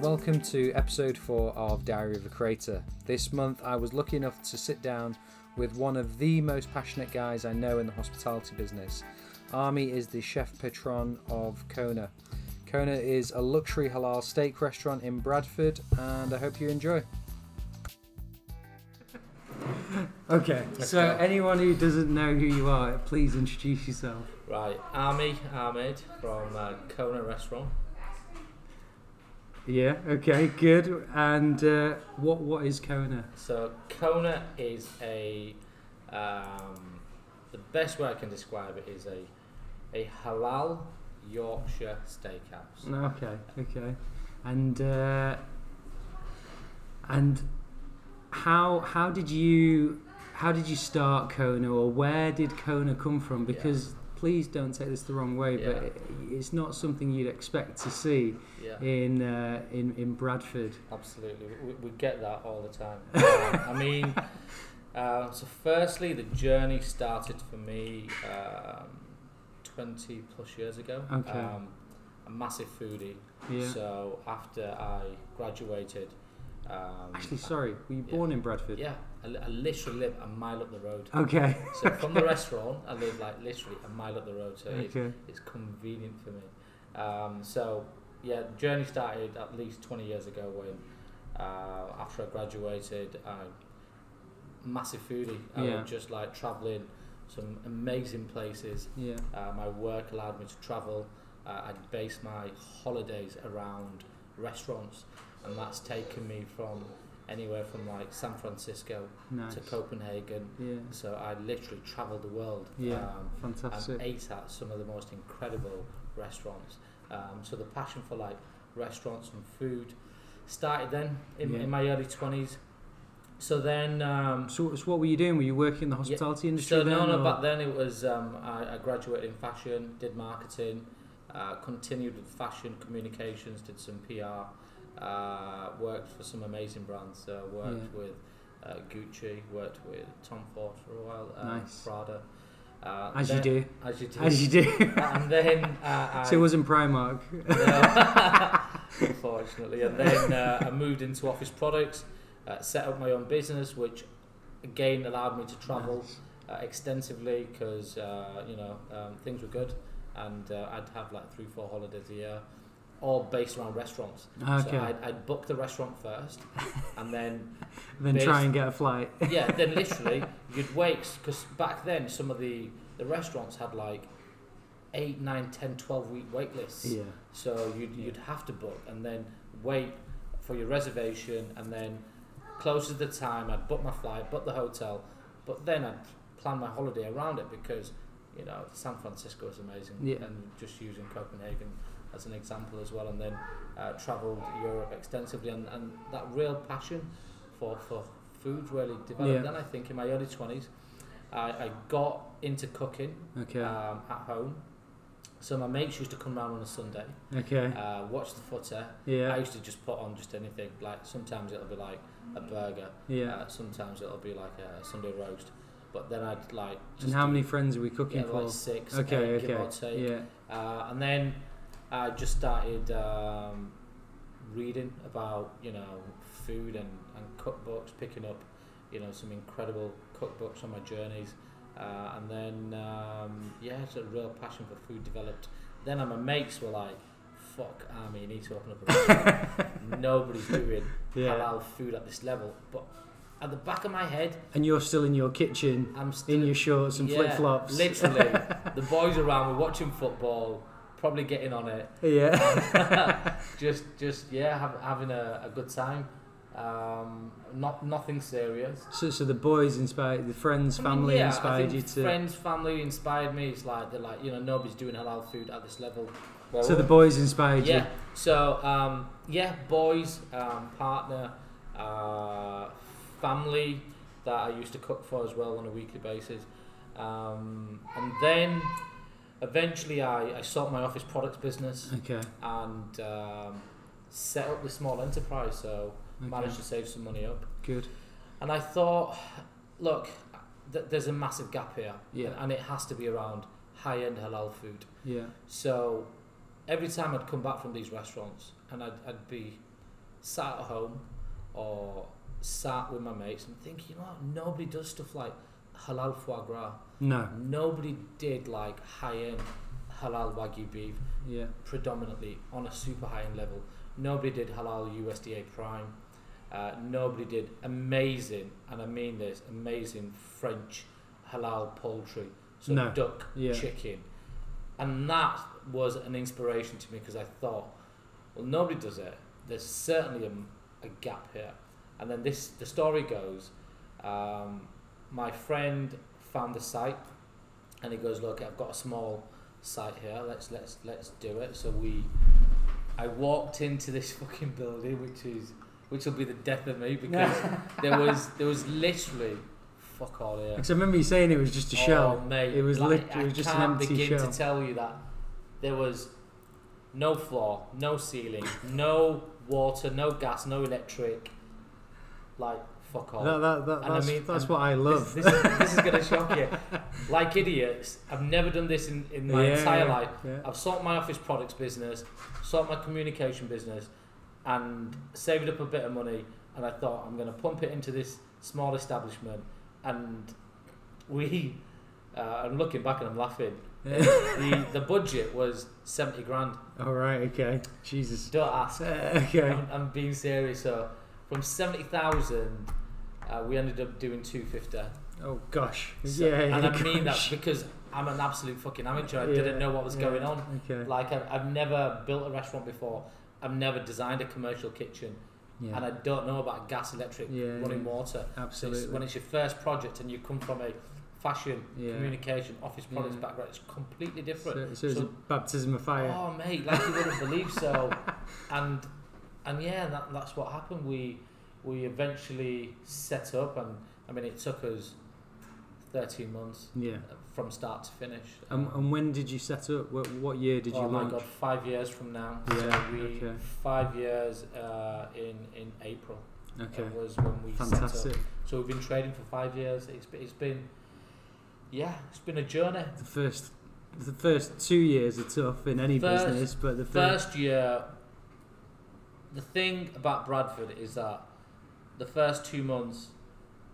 Welcome to episode 4 of Diary of a Creator. This month I was lucky enough to sit down with one of the most passionate guys I know in the hospitality business. Army is the chef patron of Kona. Kona is a luxury halal steak restaurant in Bradford, and I hope you enjoy. Okay, so anyone who doesn't know who you are, please introduce yourself. Right, Army Ahmed from uh, Kona Restaurant. Yeah, okay, good. And uh, what what is Kona? So Kona is a um, the best way I can describe it is a a halal Yorkshire steakhouse. Okay, okay, and uh, and how how did you how did you start Kona, or where did Kona come from? Yeah. Because please don't take this the wrong way, but Yeah. it, it's not something you'd expect to see Yeah, in uh, in in Bradford. absolutely. We, we get that all the time. Um, I mean, um, so firstly, the journey started for me um, twenty plus years ago. Okay. Um, a massive foodie. Yeah. So after I graduated. Um, Actually, sorry, were you Yeah. born in Bradford? Yeah, I, li- I literally live a mile up the road. Okay. So from the restaurant, I live like literally a mile up the road, so it's, Okay. it's convenient for me. Um, so yeah, the journey started at least 20 years ago when uh, after I graduated, I massive foodie. I Yeah. was just like traveling some amazing places. Yeah. Uh, my work allowed me to travel. Uh, I'd base my holidays around restaurants, and that's taken me from anywhere from like San Francisco Nice. to Copenhagen. Yeah. So I literally travelled the world Yeah. um, and Fantastic. ate at some of the most incredible restaurants. Um, so the passion for like restaurants and food started then in, Yeah. in my early 20s. So then, um, So, so what were you doing? Were you working in the hospitality industry so then? no, no, or- back then it was um, I, I graduated in fashion, did marketing, uh, continued with fashion communications, did some PR, uh, worked for some amazing brands. So I worked Yeah. with uh, Gucci, worked with Tom Ford for a while, uh, Nice. Prada. Uh, As you then- do. As you do. As you do. and then uh, I, so it wasn't Primark. no. unfortunately. And then uh, I moved into office products, uh, set up my own business, which again allowed me to travel Nice. uh, extensively because uh, you know um, things were good, and uh, I'd have like three, four holidays a year, all based around restaurants. Okay. So I'd, I'd book the restaurant first, and then then based- try and get a flight. yeah, then literally you'd wait because back then some of the the restaurants had like eight, nine, ten, twelve week wait lists. Yeah. So you'd, Yeah. you'd have to book and then wait for your reservation and then close to the time I'd book my flight, book the hotel, but then I'd plan my holiday around it because, you know, San Francisco is amazing Yeah. and just using Copenhagen as an example as well and then uh, travelled Europe extensively and, and that real passion for, for food really developed. Yeah. Then I think in my early 20s I, I got into cooking Okay. um, at home. So my mates used to come round on a Sunday, okay. uh, watch the footer. I yeah. used to just put on just anything. Like sometimes it'll be like a burger. Yeah. Uh, sometimes it'll be like a Sunday roast. But then I'd like just and how do- many friends are we cooking yeah, for? like six. okay. eight, Okay. Give or take. Yeah. Uh, and then I just started um, reading about you know food and, and cookbooks, picking up you know some incredible cookbooks on my journeys, uh, and then um, yeah, so a real passion for food developed. Then and my mates were like, "Fuck, army, you need to open up a restaurant. Nobody's doing Yeah. halal food at this level." But at the back of my head, And you're still in your kitchen, I'm still in your shorts and yeah, flip flops. Literally, the boys around were watching football, probably getting on it. yeah. just, just yeah, have, having a, a good time. Um, not nothing serious. So, so the boys inspired, the friends, I mean, family yeah, I inspired think you to. Friends, family inspired me. It's like they're like you know nobody's doing halal food at this level. Well, So the boys inspired yeah. So um, yeah, boys, um, partner, uh, family that I used to cook for as well on a weekly basis, um, and then eventually I, I sold my office products business you. Okay. and um, set up the small enterprise. So okay. managed to save some money up, Good. and I thought, look, th- there's a massive gap here, Yeah. and, and it has to be around high end halal food. Yeah. So every time I'd come back from these restaurants and I'd, I'd be sat at home or sat with my mates and thinking, you know, what? nobody does stuff like halal foie gras. No. Nobody did like high end halal wagyu beef Yeah. predominantly on a super high end level. Nobody did halal USDA prime. Uh, nobody did amazing, and I mean this, amazing French halal poultry. So No. duck, Yeah. chicken. And that was an inspiration to me because I thought, well, nobody does it. There's certainly a, a gap here. And then this, the story goes, um, my friend found the site, and he goes, look, I've got a small site here. Let's let's let's do it. So we, I walked into this fucking building, which is which will be the death of me because there was there was literally fuck all here. Because I remember you saying it was just a shell. Oh, mate, It was like, lit- I it was just an can't empty begin shell. to tell you that there was no floor, no ceiling, no water, no gas, no electric. Like fuck all. That, that, that, And I that's mean- that's and what I love. This, this, is, this is gonna shock you. Like idiots, I've never done this in, in my Yeah, entire yeah, life. yeah. I've sought my office products business, sought my communication business, and saved up a bit of money. And I thought I'm going to pump it into this small establishment. And we, uh, I'm looking back and I'm laughing. the the budget was seventy grand. All right. Okay. Jesus. Don't ask. Uh, okay. I'm, I'm being serious. So from seventy thousand, uh, we ended up doing two fifty. Oh gosh. So- yeah. and I gosh. mean that because I'm an absolute fucking amateur. I Yeah, didn't know what was yeah, going on. Okay. Like I've, I've never built a restaurant before. I've never designed a commercial kitchen, Yeah. and I don't know about gas, electric, Yeah, running yeah. water. So absolutely. it's, when it's your first project and you come from a fashion, Yeah. communication, office products Yeah. background, it's completely different. so, so it's So- a baptism of fire. Oh mate, like you wouldn't believe so. And and yeah, and that, that's what happened. We we eventually set up, and I mean it took us thirteen months Yeah. from start to finish. And, and when did you set up? What, what year Um, did you oh launch? my god, five years from now. Yeah, so we okay. five years uh, in in April. Okay. It was when we set Fantastic. up. So we've been trading for five years. It's been, it's been yeah, it's been a journey. The first, the first two years are tough in any First- business, but the first, First year, the thing about Bradford is that the first two months,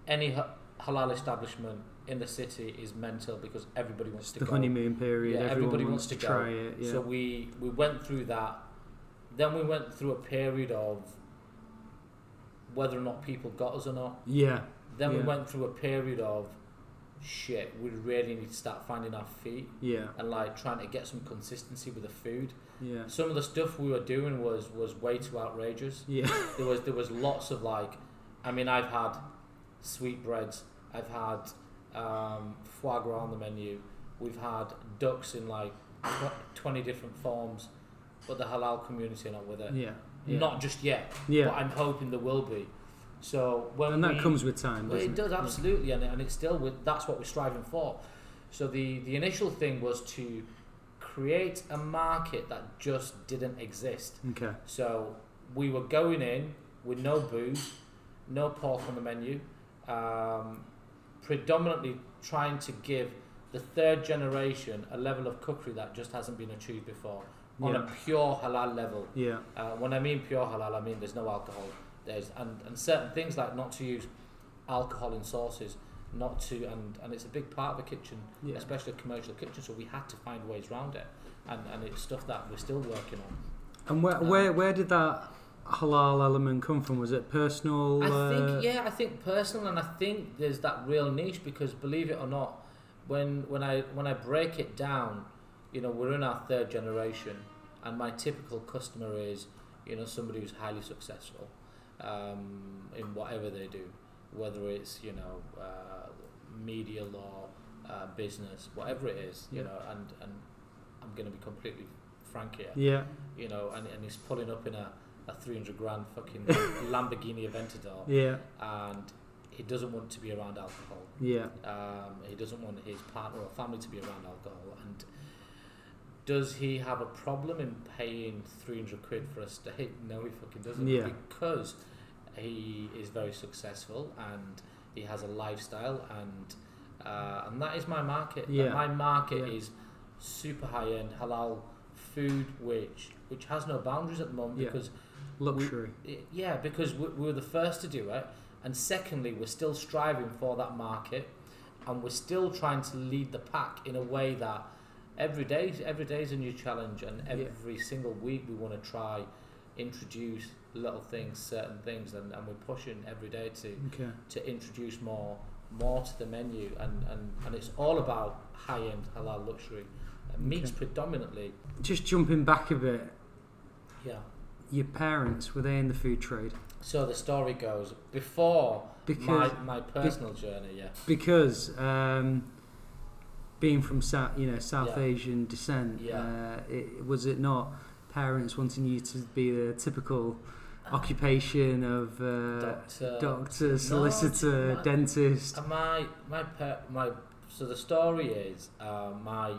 any ha- halal establishment in the city is mental because everybody wants it's to the go. honeymoon period. Yeah, Everyone everybody wants wants to go. try it. Yeah. So we we went through that. Then we went through a period of whether or not people got us or not. yeah. Then we Yeah. went through a period of shit. We really need to start finding our feet Yeah. and like trying to get some consistency with the food. Yeah. Some of the stuff we were doing was was way too outrageous. Yeah. There was there was lots of like, I mean, I've had sweetbreads, I've had um, foie gras on the menu, we've had ducks in like tw- twenty different forms, but the halal community are not with it. Yeah. Yeah. Not just yet, yeah. but I'm hoping there will be. So when and that we, comes with time, well, doesn't it? it does Yeah. absolutely, and, and it's still with that's what we're striving for. So the the initial thing was to create a market that just didn't exist. Okay. So we were going in with no booze, no pork on the menu, um, predominantly trying to give the third generation a level of cookery that just hasn't been achieved before on Yeah. a pure halal level. Yeah. Uh, when I mean pure halal, I mean there's no alcohol. There's and, and certain things like not to use alcohol in sauces, not to and, and it's a big part of a kitchen, Yeah. especially a commercial kitchen. So we had to find ways around it, and and it's stuff that we're still working on. And where, where where did that halal element come from? Was it personal? I uh, think yeah, I think personal, and I think there's that real niche because believe it or not, when when I when I break it down, you know we're in our third generation, and my typical customer is, you know, somebody who's highly successful, um, in whatever they do, whether it's you know uh, media law, uh, business, whatever it is, you Yeah. know, and and I'm going to be completely frank here Yeah. you know, and, and he's pulling up in a, a 300 grand fucking Lamborghini Aventador, Yeah. and he doesn't want to be around alcohol. Yeah. Um, he doesn't want his partner or family to be around alcohol. And does he have a problem in paying 300 quid for a steak? No, he fucking doesn't. Yeah. Because he is very successful and he has a lifestyle, and uh, and that is my market. Yeah. My market Yeah. is super high end halal food which which has no boundaries at the moment Yeah. because Luxury. i- yeah because we, we were the first to do it, and secondly we're still striving for that market, and we're still trying to lead the pack in a way that every day every day is a new challenge, and Yeah. every single week we want to try introduce little things, certain things, and, and we're pushing every day to Okay. to introduce more more to the menu and, and, and it's all about high end halal luxury. Uh, meats Okay. predominantly. Just jumping back a bit, Yeah. your parents were they in the food trade? So the story goes before Because my, my personal journey, yeah. because um, being from South, you know, South Yeah. Asian descent, Yeah. uh, it, was it not parents wanting you to be the typical occupation of uh, Doctor. doctor, solicitor, no. dentist? And uh, my my per, my so the story is uh, my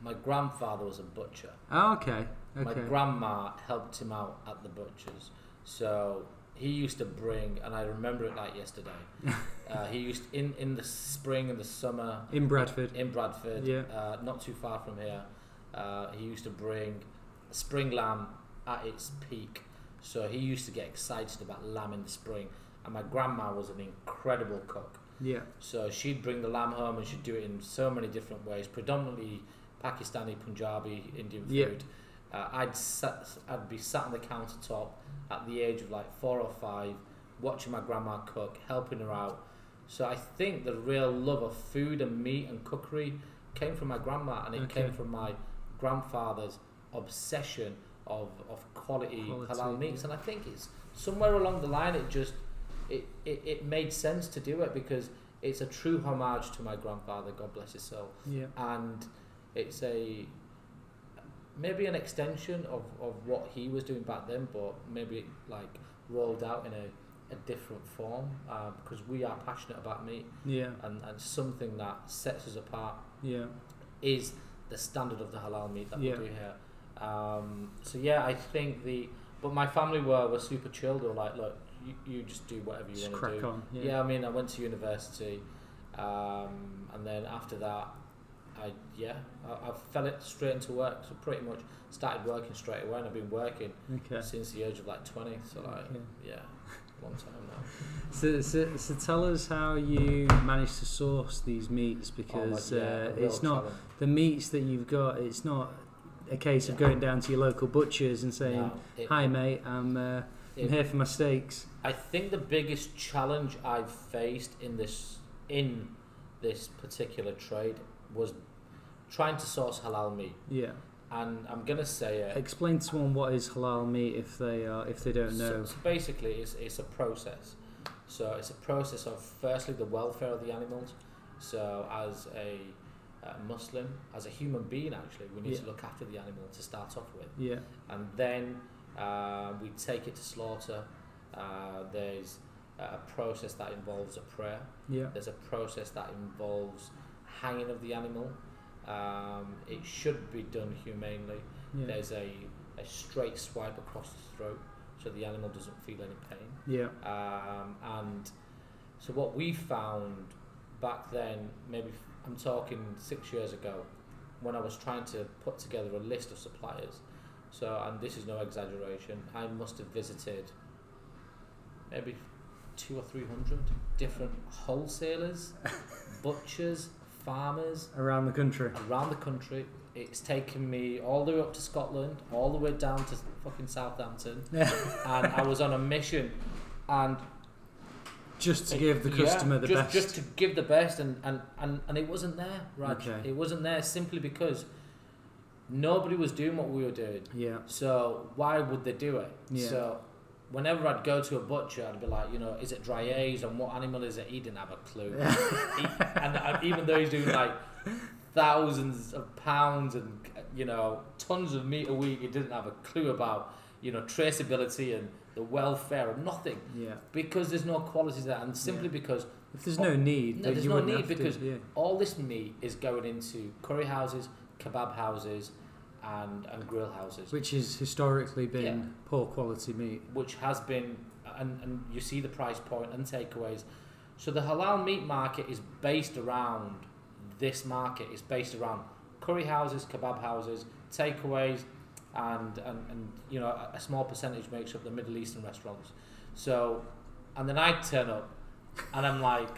my grandfather was a butcher. Oh, okay, My okay, grandma helped him out at the butcher's. So he used to bring, and I remember it like yesterday. uh, he used in in the spring and the summer in Bradford. in Bradford, Yeah. uh, not too far from here. Uh, he used to bring spring lamb at its peak, so he used to get excited about lamb in the spring. And my grandma was an incredible cook. Yeah, So she'd bring the lamb home and she'd do it in so many different ways, predominantly Pakistani, Punjabi, Indian Yeah. food. Uh, I'd sat, I'd be sat on the countertop at the age of like four or five, watching my grandma cook, helping her out. So I think the real love of food and meat and cookery came from my grandma, and it Okay. came from my grandfather's obsession of, of quality, Quality, halal meats. yeah. And I think it's somewhere along the line, it just it, it, it made sense to do it because it's a true homage to my grandfather, God bless his soul. yeah, And it's a maybe an extension of, of what he was doing back then, but maybe like rolled out in a, a different form uh, because we are passionate about meat yeah, and, and something that sets us apart yeah. is the standard of the halal meat that Yeah. we do here. Um, so yeah, I think the but my family were were super chilled. They were like, look, you, you just do whatever you Just want to do. crack on. Yeah. Yeah, I mean, I went to university, um, and then after that, I yeah, I, I fell it straight into work. So pretty much started working straight away, and I've been working okay. since the age of like twenty. So like Okay. yeah, long time now. Oh So, so, so tell us how you manage to source these meats Oh, my- because yeah, uh, a real it's not challenge. the meats that you've got, it's not a case of going down to your local butchers and saying, No, it- "Hi, mate, I'm uh, I'm it- here for my steaks." I think the biggest challenge I've faced in this in this particular trade was trying to source halal meat, Yeah. and I'm gonna say it. Explain to someone what is halal meat if they are if they don't So, know. so basically, it's it's a process. So it's a process of firstly the welfare of the animals. So as a, uh Muslim, as a human being, actually, we need to Yeah. look after the animal to start off with. Yeah. and then uh, we take it to slaughter. Uh, there's a process that involves a prayer. Yeah. There's a process that involves hanging of the animal. Um, it should be done humanely. Yeah. There's a, a straight swipe across the throat so the animal doesn't feel any pain. Yeah. Um, and so what we found back then, maybe I'm talking six years ago, when I was trying to put together a list of suppliers. So, and this is no exaggeration, I must have visited maybe two or three hundred different wholesalers, butchers, farmers, Around the country. around the country. It's taken me all the way up to Scotland, all the way down to fucking Southampton, and I was on a mission, and Just to give the customer the just, best. just to give the best, and and and, and it wasn't there, right? Okay. It wasn't there simply because nobody was doing what we were doing. yeah. So why would they do it? Yeah. So whenever I'd go to a butcher, I'd be like, you know, is it dry aged and what animal is it? He didn't have a clue. he, and I, even though he's doing like thousands of pounds and you know tons of meat a week, he didn't have a clue about you know traceability and the welfare and nothing Yeah. because there's no quality there, and simply Yeah. because If there's no need, No, then there's you no wouldn't need have because- to, yeah. all this meat is going into curry houses, kebab houses, and and grill houses. which has historically been Yeah. poor quality meat. which has been, and, and you see the price point and takeaways. So the halal meat market is based around this market. It's based around curry houses, kebab houses, takeaways, and, and, and you know a, a small percentage makes up the Middle Eastern restaurants. So, and then I turn up, and I'm like,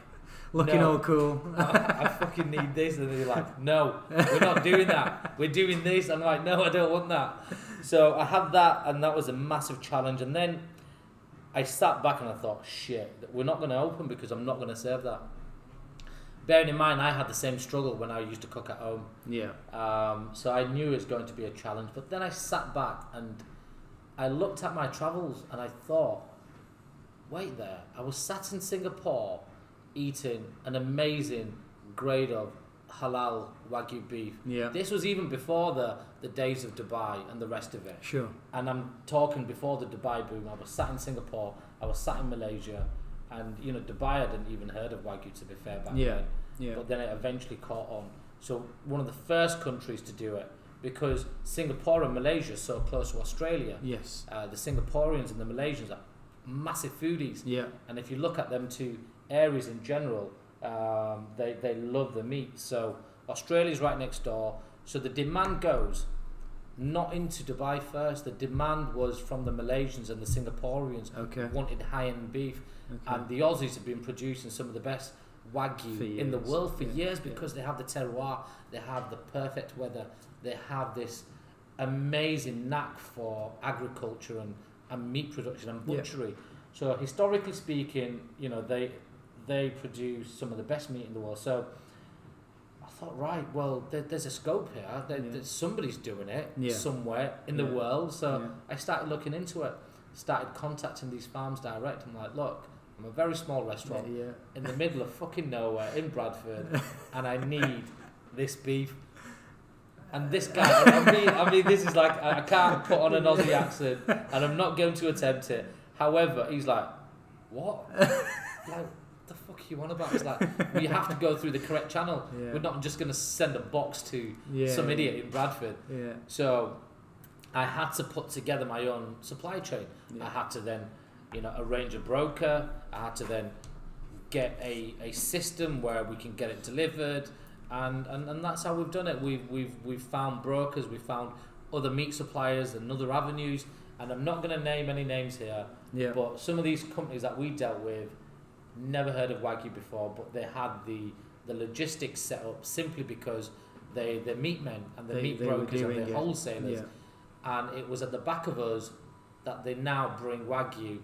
Looking No. all cool. I, I fucking need this. And they're like, no, we're not doing that. We're doing this. I'm like, no, I don't want that. So I had that, and that was a massive challenge. And then I sat back and I thought, shit, we're not going to open because I'm not going to serve that. Bearing in mind, I had the same struggle when I used to cook at home. Yeah. Um, so I knew it was going to be a challenge. But then I sat back and I looked at my travels and I thought, wait there, I was sat in Singapore eating an amazing grade of halal wagyu beef. Yeah. This was even before the, the days of Dubai and the rest of it. Sure. And I'm talking before the Dubai boom. I was sat in Singapore, I was sat in Malaysia, and you know, Dubai I didn't even heard of Wagyu to be fair back Yeah. then Yeah. but then it eventually caught on. So one of the first countries to do it because Singapore and Malaysia are so close to Australia. Yes. Uh, the Singaporeans and the Malaysians are massive foodies, Yeah. and if you look at them two areas in general, um, they they love the meat. So Australia's right next door. So the demand goes not into Dubai first. The demand was from the Malaysians and the Singaporeans Okay. wanted high end beef Okay. and the Aussies have been producing some of the best For wagyu in the years, world for yeah, years yeah. because they have the terroir, they have the perfect weather, they have this amazing knack for agriculture and, and meat production and Yeah. butchery. So historically speaking, you know they they produce some of the best meat in the world. So I thought, right, well, there, there's a scope here. There, Yeah. there's- somebody's doing it Yeah. somewhere in the Yeah. world. So Yeah. I started looking into it, started contacting these farms direct. I'm like, look, I'm a very small restaurant Yeah. in the middle of fucking nowhere in Bradford, and I need this beef. And this guy, I mean, I mean, this is like I I can't put on an Aussie accent, and I'm not going to attempt it. However, he's like, what? like, the fuck are you on about? It's like we have to go through the correct channel. Yeah. We're not just going to send a box to Yeah. some idiot in Bradford. Yeah. So I had to put together my own supply chain. I Yeah. had to then, you know, arrange a broker. I had to then get a, a system where we can get it delivered, and, and, and that's how we've done it. We've we've we've found brokers, we've found other meat suppliers and other avenues. And I'm not going to name any names here, Yeah. but some of these companies that we dealt with never heard of Wagyu before, but they had the the logistics set up simply because they they're meat men and the They- meat they were brokers and doing they're it. wholesalers Yeah. and it was at the back of us that they now bring wagyu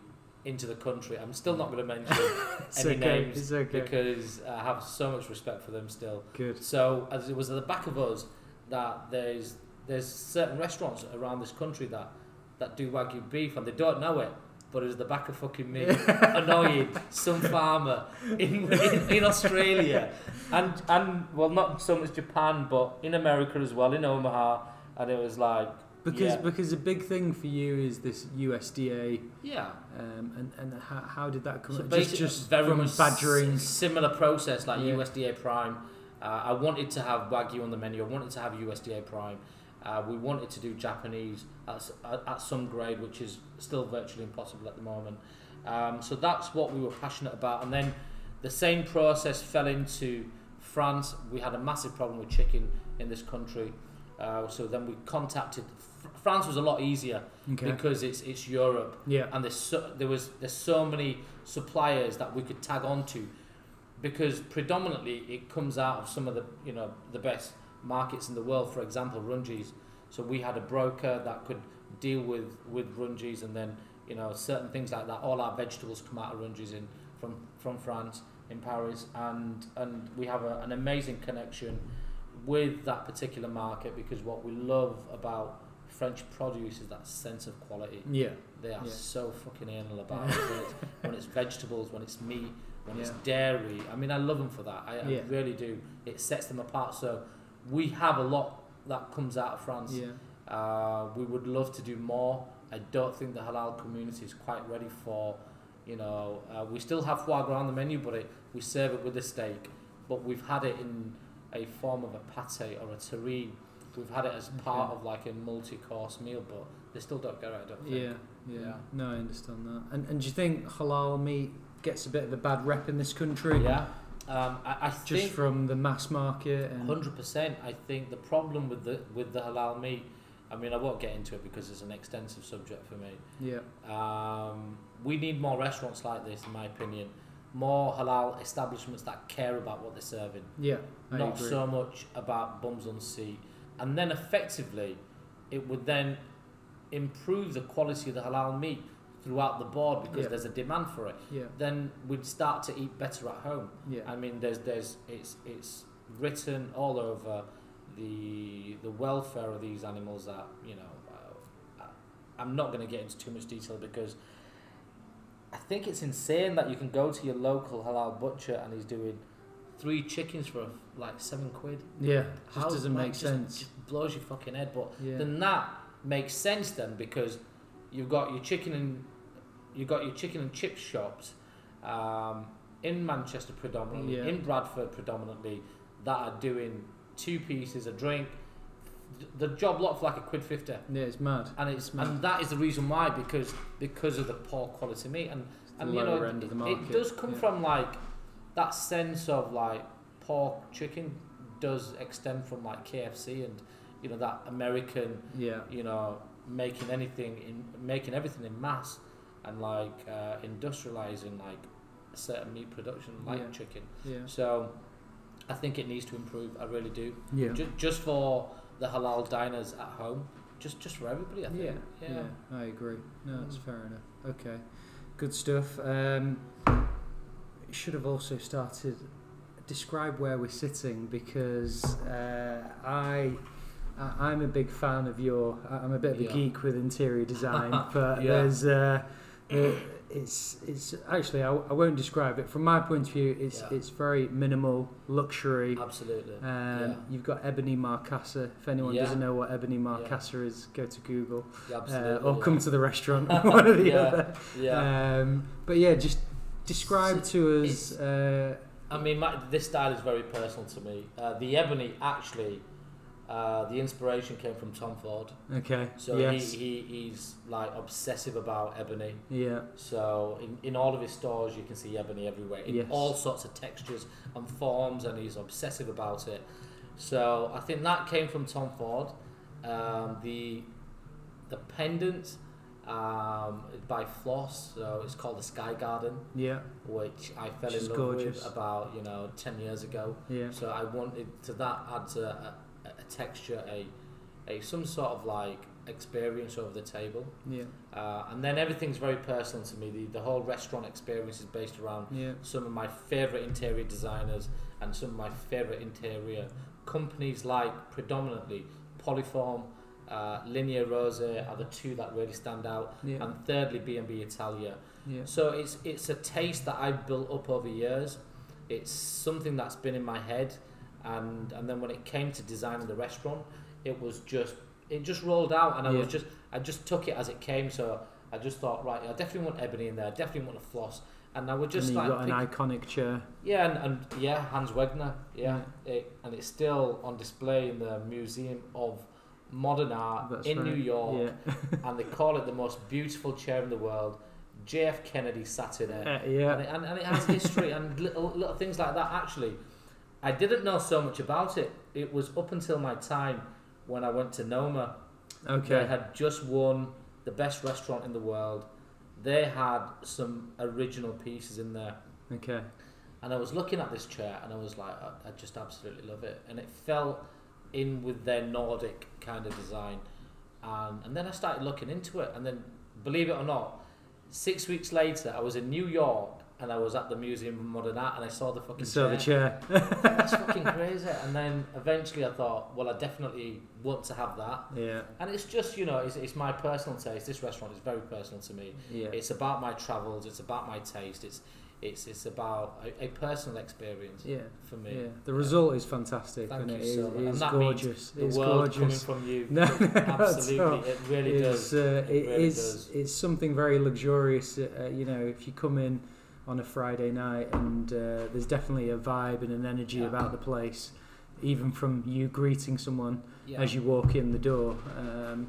into the country. I'm still not going to mention It's any okay. names It's okay. because I have so much respect for them still. Good. So as it was at the back of us that there's there's certain restaurants around this country that that do wagyu beef and they don't know it, but it was the back of fucking me annoying some farmer in, in, in Australia and and well not so much Japan but in America as well in Omaha and it was like Because Yeah. because a big thing for you is this USDA, yeah um, and and how, how did that come? So up? basically, just just very from much badgering. s- similar process like Yeah. USDA Prime. Uh, I wanted to have Wagyu on the menu. I wanted to have USDA Prime. Uh, we wanted to do Japanese at, s- at, at some grade, which is still virtually impossible at the moment. Um, so that's what we were passionate about. And then the same process fell into France. We had a massive problem with chicken in this country. Uh, so then we contacted. Fr- France was a lot easier Okay. because it's it's Europe Yeah. and there's so, there was there's so many suppliers that we could tag onto because predominantly it comes out of some of the you know the best markets in the world for example rungies so we had a broker that could deal with with rungies and then you know certain things like that all our vegetables come out of rungies in from from France in Paris and and we have a, an amazing connection with that particular market because what we love about French produce is that sense of quality Yeah. they are Yeah. so fucking anal about it. When it's, when it's vegetables, when it's meat, when it's Yeah. dairy. I mean, I love them for that. I, Yeah. I really do. It sets them apart. So we have a lot that comes out of France. Yeah. Uh, we would love to do more. I don't think the halal community is quite ready for, you know, uh, we still have foie gras on the menu, but it, we serve it with a steak. But we've had it in a form of a pate or a terrine. We've had it as part Okay. of like a multi-course meal, but they still don't get it. I don't think. Yeah. Yeah. Yeah. No, I understand that. And and do you think halal meat gets a bit of a bad rep in this country? Yeah, um, I, I Just think from the mass market and hundred percent. I think the problem with the with the halal meat I mean, I won't get into it because it's an extensive subject for me. Yeah. Um, we need more restaurants like this, in my opinion. More halal establishments that care about what they're serving, Yeah. I not agree. so much about bums on seat. And then effectively, it would then improve the quality of the halal meat throughout the board because Yeah. there's a demand for it. Yeah. Then we'd start to eat better at home. Yeah. I mean, there's there's it's it's written all over the the welfare of these animals that you know. Uh, I- I'm not going to get into too much detail because I think it's insane that you can go to your local halal butcher and he's doing three chickens for like seven quid. Yeah. Just How- doesn't like, make just- sense. Just blows your fucking head. But yeah. then that makes sense then because you've got your chicken and you've got your chicken and chip shops um, in Manchester predominantly, Yeah. in Bradford predominantly, that are doing two pieces, a drink. Th- The job lot for like a quid fifty, yeah. It's mad. and it's mad. and that is the reason why because because of the poor quality meat and It's the and you know lower end of the it- market. it does come yeah. from like that sense of like pork chicken does extend from like KFC and you know that American Yeah. you know, making anything in making everything in mass and like uh, industrializing like certain meat production like Yeah. chicken. Yeah. So I think it needs to improve. I really do. Yeah. Just, just for the halal diners at home, just just for everybody. I think. Yeah, Yeah. yeah, I agree. No, that's Mm. fair enough. Okay, good stuff. Um, should have also started describe where we're sitting because uh, I. I- I'm a big fan of your. I- I'm a bit of a Yeah. geek with interior design, but Yeah. there's. Uh, uh, it's it's actually I, I won't describe it from my point of view. It's Yeah. Uh, it's very minimal luxury. Absolutely. Um, You've got Ebony Marcassa. If anyone Yeah. doesn't know what Ebony Yeah. Marcassa is, go to Google yeah, uh, absolutely. or yeah. come to the restaurant, one or the Yeah, other. yeah. Um, but yeah, just describe to us. it's- Uh, I mean, my, this style is very personal to me. Uh, the ebony actually, uh, the inspiration came from Tom Ford. okay. So yes. he, he he's like obsessive about ebony. yeah. So in, in all of his stores, you can see ebony everywhere in Yes. all sorts of textures and forms, and he's obsessive about it. So I think that came from Tom Ford. Um, the the pendant um, by Floss, so it's called the Sky Garden, Yeah. which I fell Which is in love gorgeous. with about you know ten years ago. Yeah. So I wanted to that adds a, a, a texture, a a some sort of like experience over the table. Yeah. Uh, and then everything's very personal to me. The, the whole restaurant experience is based around Yeah. some of my favourite interior designers and some of my favourite interior companies, like predominantly Polyform, uh, Linea Rose are the two that really stand out. Yeah. And thirdly, B&B Italia. Yeah. So it's it's a taste that I've built up over years. It's something that's been in my head, and and then when it came to designing the restaurant, it was just it just rolled out, and I Yeah. was just I just took it as it came. So I just thought, right, I definitely want ebony in there. I definitely want a floss, and I would just and like you've got pick- an iconic chair. yeah, and, and yeah, Hans Wegner, yeah, It, and it's still on display in the Museum of Modern Art That's uh, in right. New York Yeah. and they call it the most beautiful chair in the world. JF Kennedy sat in it. Uh, yeah. And, it and, and it has history and little, little things like that. Actually, I didn't know so much about it. It was up until my time when I went to Noma. They Okay. had just won the best restaurant in the world. They had some original pieces in there. Okay. And I was looking at this chair and I was like, I, I just absolutely love it. And it fell in with their Nordic kind of design. Um, And, and then I started looking into it. And then, believe it or not, six weeks later, I was in New York and I was at the Museum of Modern Art and I saw the fucking So chair. the chair. That's fucking crazy. And then eventually I thought, well, I definitely want to have that. Yeah. And it's just, you know, it's, it's my personal taste. This restaurant is very personal to me. Yeah. It's about my travels. It's about my taste. It's it's it's about a, a personal experience Yeah. for me. Yeah. The result is fantastic, Thank and you it is, so much. it And is that means gorgeous. Uh, The It's world gorgeous. coming from you. No, no, that's all. Absolutely, it really it's, does. Uh, It really is- does. It's something very luxurious. Uh, you know, if you come in on a Friday night, and uh, there's definitely a vibe and an energy Yeah. about the place, even from you greeting someone Yeah. as you walk in the door. Um,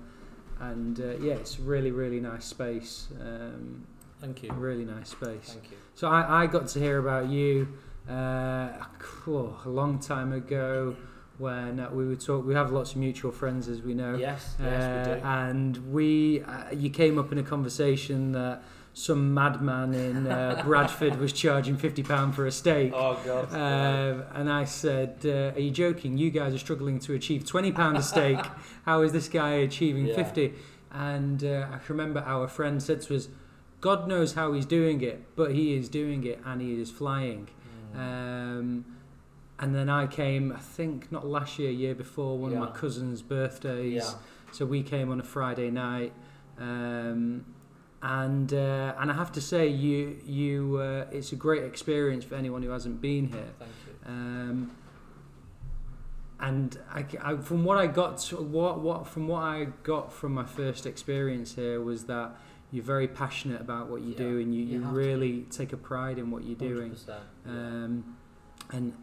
and uh, yeah, it's really, really nice space. Um, Thank you. really nice space. Thank you. So I, I got to hear about you uh, oh, a long time ago when uh, we were talk. We have lots of mutual friends, as we know. Yes, yes, we Uh, do. and we, uh, you came up in a conversation that some madman in uh, Bradford was charging fifty pound for a steak. Oh god. Um, and I said, uh, "Are you joking? You guys are struggling to achieve twenty pound a steak. How is this guy achieving Yeah. 50 And uh, I remember our friend said to us, "God knows how he's doing it, but he is doing it, and he is flying." Mm. Um, and then I came, I think not last year, year before, one of Yeah. my cousin's birthdays. yeah. So we came on a Friday night, um, and uh, and I have to say, you you uh, it's a great experience for anyone who hasn't been here. Thank you. Um, and I, I- from what I got, to, what what from what I got from my first experience here was that you're very passionate about what you do, Yeah, and you, you you have to. really take a pride in what you're doing. 100%, yeah. Um, and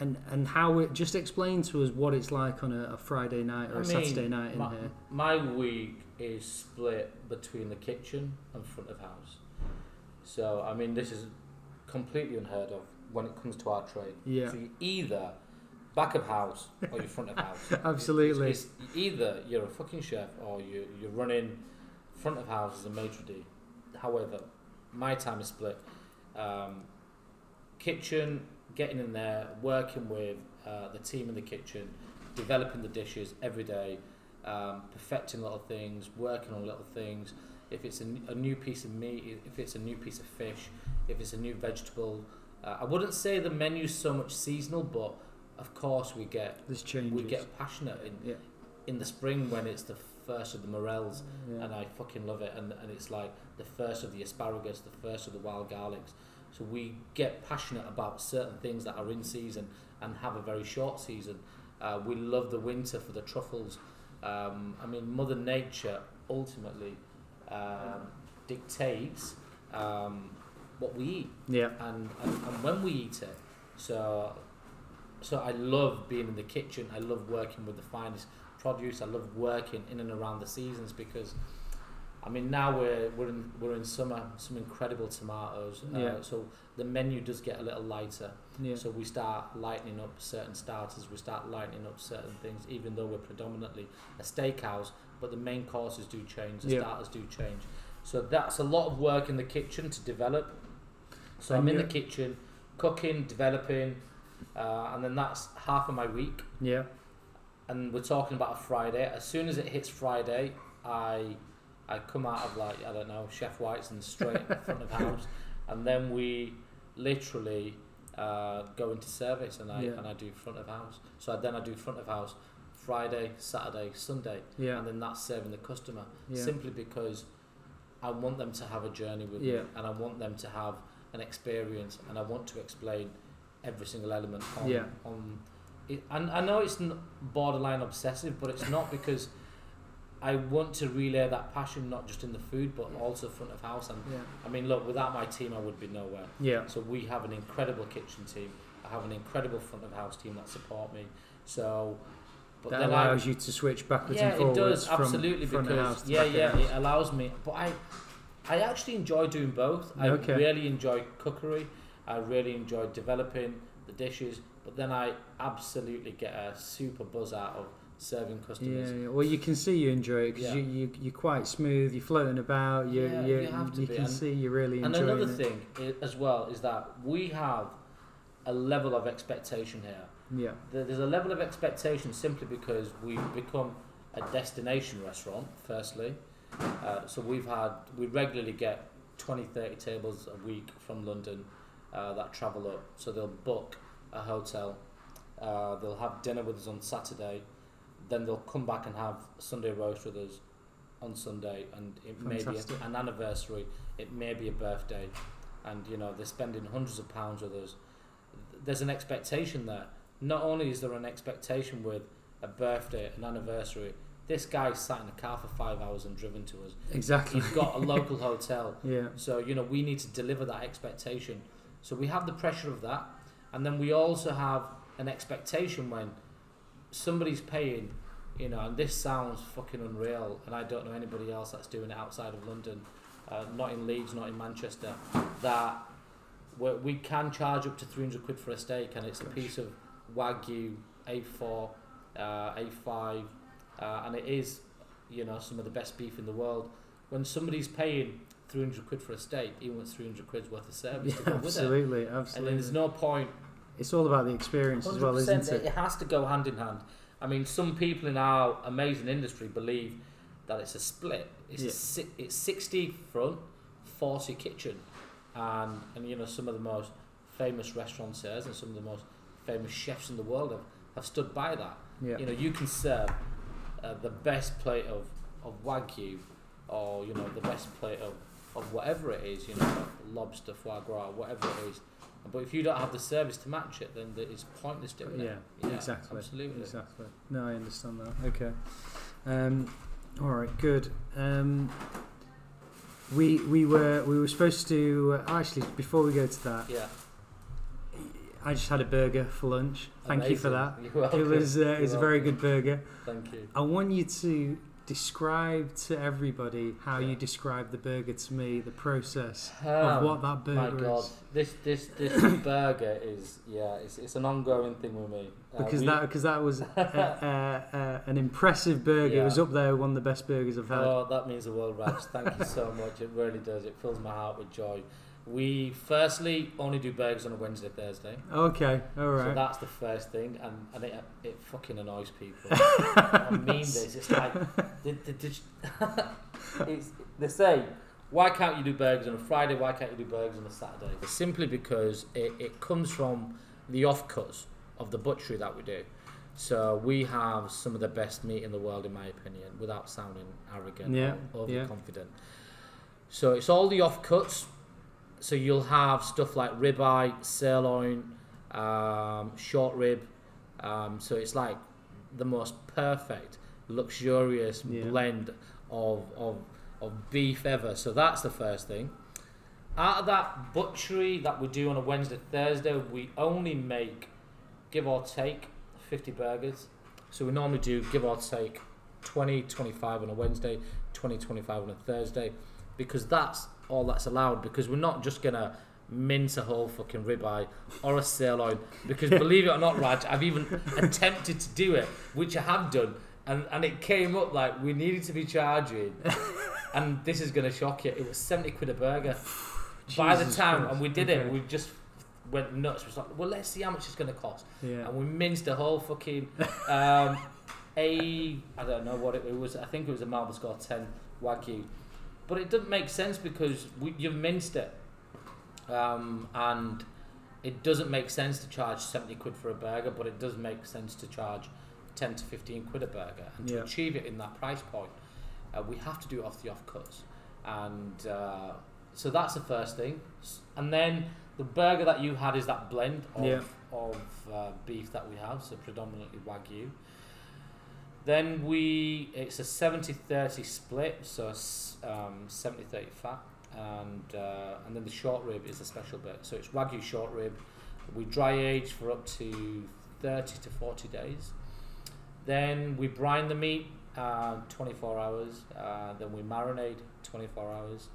and and how it just explain to us what it's like on a, a Friday night or a I mean, Saturday night in my, here. my week is split between the kitchen and front of house. So I mean, this is completely unheard of when it comes to our trade. Yeah. So you either back of house or you're front of house. Absolutely. It's, it's either you're a fucking chef or you you're running front of house as a maitre d. However, my time is split. Um, kitchen, getting in there, working with uh, the team in the kitchen, developing the dishes every day, um, perfecting little things, working on little things. If it's a, n- a new piece of meat, i- if it's a new piece of fish, if it's a new vegetable. Uh, I wouldn't say the menu's so much seasonal, but of course we get This changes. we get passionate in Yeah. in the spring when it's the first of the morels Yeah. and I fucking love it and, and it's like the first of the asparagus the first of the wild garlics so we get passionate about certain things that are in season and have a very short season uh, we love the winter for the truffles um, I mean mother nature ultimately um, dictates um, what we eat yeah. and, and, and when we eat it. So, so I love being in the kitchen. I love working with the finest produce. I love working in and around the seasons because, I mean, now we're we're in we're in summer. Some incredible tomatoes. Yeah. Uh, so the menu does get a little lighter. Yeah. So we start lightening up certain starters, we start lightening up certain things, even though we're predominantly a steakhouse, but the main courses do change, the Yeah. starters do change. So that's a lot of work in the kitchen to develop. So And I'm in the you- kitchen, cooking, developing, uh, and then that's half of my week. yeah. And we're talking about a Friday. As soon as it hits Friday, I I come out of like I don't know Chef White's and straight in front of house, and then we literally uh, go into service and I Yeah. and I do front of house. So then I do front of house Friday, Saturday, Sunday, Yeah. and then that's serving the customer Yeah. simply because I want them to have a journey with Yeah. me and I want them to have an experience and I want to explain every single element on Yeah. on it, and I know it's n- borderline obsessive but it's not because I want to relay that passion not just in the food but also front of house and Yeah. I mean look without my team I would be nowhere Yeah. so we have an incredible kitchen team I have an incredible front of house team that support me so but that then I allows you to switch backwards and forwards it does from absolutely front of because house to yeah, back of yeah, house. it allows me. But I, I actually enjoy doing both. I Okay. really enjoy cookery. I really enjoy developing the dishes. But then I absolutely get a super buzz out of serving Yeah, customers. yeah. Well, you can see you enjoy it because Yeah. you, you you're quite smooth. You're floating about. You Yeah, you, you have to be, can and- see you're really and enjoying another it. thing i- as well is that we have a level of expectation here. Yeah. There- There's a level of expectation simply because we've become a destination restaurant, firstly. Uh, so we've had, we regularly get 20, 30 tables a week from London uh, that travel up. So they'll book a hotel, uh, they'll have dinner with us on Saturday, then they'll come back and have Sunday roast with us on Sunday. And it may be Fantastic. a, an anniversary, it may be a birthday. And, you know, they're spending hundreds of pounds with us. There's an expectation there not only is there an expectation with a birthday, an anniversary, this guy sat in a car for five hours and driven to us. Exactly. He's got a local hotel. yeah. So, you know, we need to deliver that expectation. So we have the pressure of that. And then we also have an expectation when somebody's paying, you know, and this sounds fucking unreal. And I don't know anybody else that's doing it outside of London, uh, not in Leeds, not in Manchester, that we we can charge up to 300 quid for a steak and it's a Gosh. piece of wagyu A4, uh, A5, uh, and it is, you know, some of the best beef in the world. When somebody's paying 300 quid for a steak, he wants 300 quid's worth of service to go with it. absolutely, And absolutely. then there's no point It's all about the experience as well, 100% isn't it? It has to go hand in hand. I mean, some people in our amazing industry believe that it's a split. It's Yeah. si- it's sixty front, forty kitchen, and and you know some of the most famous restaurateurs and some of the most famous chefs in the world have, have stood by that. Yeah. You know, you can serve uh, the best plate of, of wagyu, or you know, the best plate of, of whatever it is. You know, lobster, foie gras, whatever it is. But if you don't have the service to match it, then th- it's pointless doing yeah, it. exactly. Absolutely. Exactly. No, I understand that. Okay. Um, all right. Good. Um, we we were we were supposed to uh, actually before we go to that. Yeah. I just had a burger for lunch. Thank you for that. Amazing. You're welcome. It was uh, it was a You're very welcome. good burger. Thank you. I want you to describe to everybody how Yeah. you described the burger to me, the process of Um, what that My burger God, is. this this this burger is yeah, it's, it's an ongoing thing with me. Uh, Because we- that because that was uh, uh, uh, an impressive burger. It was Yeah. up there, one of the best burgers I've had. Oh, that means the world, Raj. Thank you so much. It really does. It fills my heart with joy. We firstly only do burgers on a Wednesday, Thursday. Okay, all Oh. So right. that's the first thing, and, and it, it fucking annoys people. I mean this. It's like they, they, they, just- it's, they say, why can't you do burgers on a Friday? Why can't you do burgers on a Saturday? Simply because it, it comes from the offcuts of the butchery that we do. So we have some of the best meat in the world, in my opinion, without sounding arrogant Yeah, or yeah. overconfident. So it's all the offcuts. So you'll have stuff like ribeye, sirloin, um, short rib. Um, so it's like the most perfect, luxurious Yeah. blend of, of of beef ever. So that's the first thing. Out of that butchery that we do on a Wednesday, Thursday, we only make, give or take, 50 burgers. So we normally do give or take 20, 25 on a Wednesday, 20, 25 on a Thursday, because that's all that's allowed. Because we're not just going to mince a whole fucking ribeye or a sirloin. Because believe it or not, Raj, I've even attempted to do it, which I have done. And, and it came up like we needed to be charging, and this is going to shock you. It was 70 quid a burger by the Jesus time, Christ. and we did it, Okay. we just went nuts. We was like, well, let's see how much it's going to cost. yeah. And we minced the whole fucking um, a I don't know what it, was. I think it was a Marble Score Ten Wagyu, but it doesn't make sense because we, you've minced it, um, and it doesn't make sense to charge seventy quid for a burger, but it does make sense to charge ten to fifteen quid a burger, and to Yeah. achieve it in that price point, uh, we have to do it off the offcuts, and uh, so that's the first thing, S- and then. The burger that you had is that blend of Yeah. of uh, beef that we have, so predominantly wagyu. Then we it's a 70-30 split, so s- um, 70-30 fat, and uh, and then the short rib is a special bit. So it's wagyu short rib. We dry age for up to 30 to 40 days. Then we brine the meat uh, 24 hours. Uh, then we marinate 24 hours.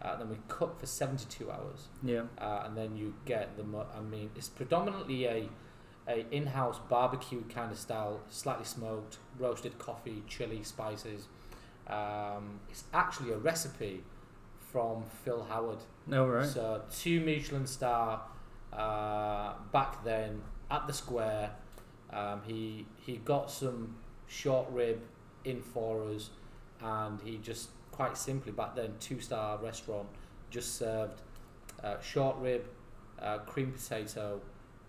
Uh, then we cook for 72 hours yeah. uh, and then you get the. Mu- I mean, it's predominantly a, a in-house barbecue kind of style, slightly smoked, roasted coffee, chili, spices. Um, it's actually a recipe from Phil Howard. All right. So two Michelin star uh, back then at the square. Um, he he got some short rib in for us, and he just quite simply back then two star restaurant just served uh, short rib, uh, cream potato,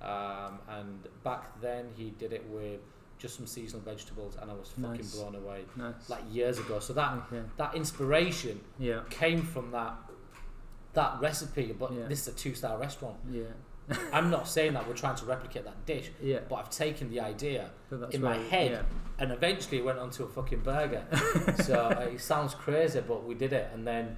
um, and back then he did it with just some seasonal vegetables, and I was fucking Nice. blown away. nice. Like years ago, so that okay. that inspiration Yeah. came from that that recipe, but Yeah. this is a two star restaurant. Yeah. I'm not saying that we're trying to replicate that dish, Yeah. but I've taken the idea But that's in my where- head. Yeah. and eventually it went onto a fucking burger. so uh, it sounds crazy, but we did it. And then,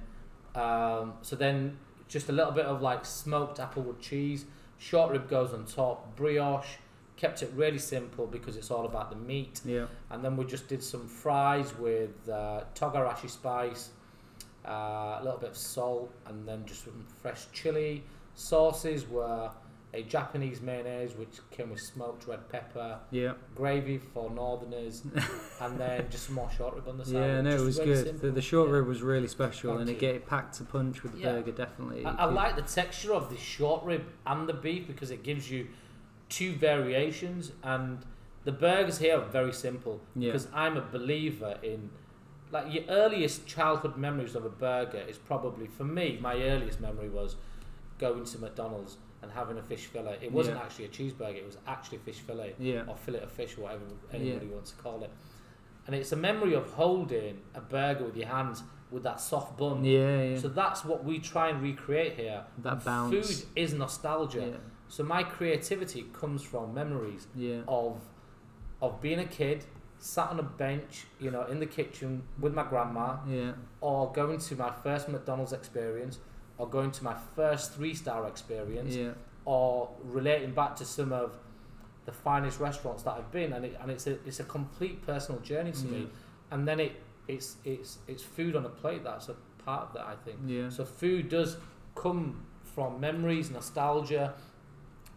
um, so then just a little bit of like smoked applewood cheese, short rib goes on top, brioche. Kept it really simple because it's all about the meat Yeah. and then we just did some fries with uh, togarashi spice, uh, a little bit of salt, and then just some fresh chili. Sauces were a Japanese mayonnaise which came with smoked red pepper, Yeah, gravy for northerners, and then just some more short rib on the side. yeah, no, it Just was really good. simple. The, the short Yeah. rib was really special, and it Crunchy. get packed to punch with the Yeah. burger. Definitely, I, I like the texture of the short rib and the beef because it gives you two variations and the burgers here are very simple Yeah. because I'm a believer in like your earliest childhood memories of a burger is probably for me my earliest memory was going to McDonald's and having a fish fillet it wasn't Yeah. actually a cheeseburger it was actually fish fillet yeah, or fillet of fish, whatever Yeah. anybody wants to call it. And it's a memory of holding a burger with your hands with that soft bun. yeah, yeah. Um, So that's what we try and recreate here. that bounce. Food is nostalgia. yeah, So my creativity comes from memories yeah, of of being a kid, sat on a bench, you know, in the kitchen with my grandma, yeah, or going to my first McDonald's experience, or going to my first three star experience yeah, or relating back to some of the finest restaurants that I've been, and, it, and it's a it's a complete personal journey to Yeah. me. And then it it's it's it's food on a plate that's a part of that I think. yeah. So food does come from memories, nostalgia.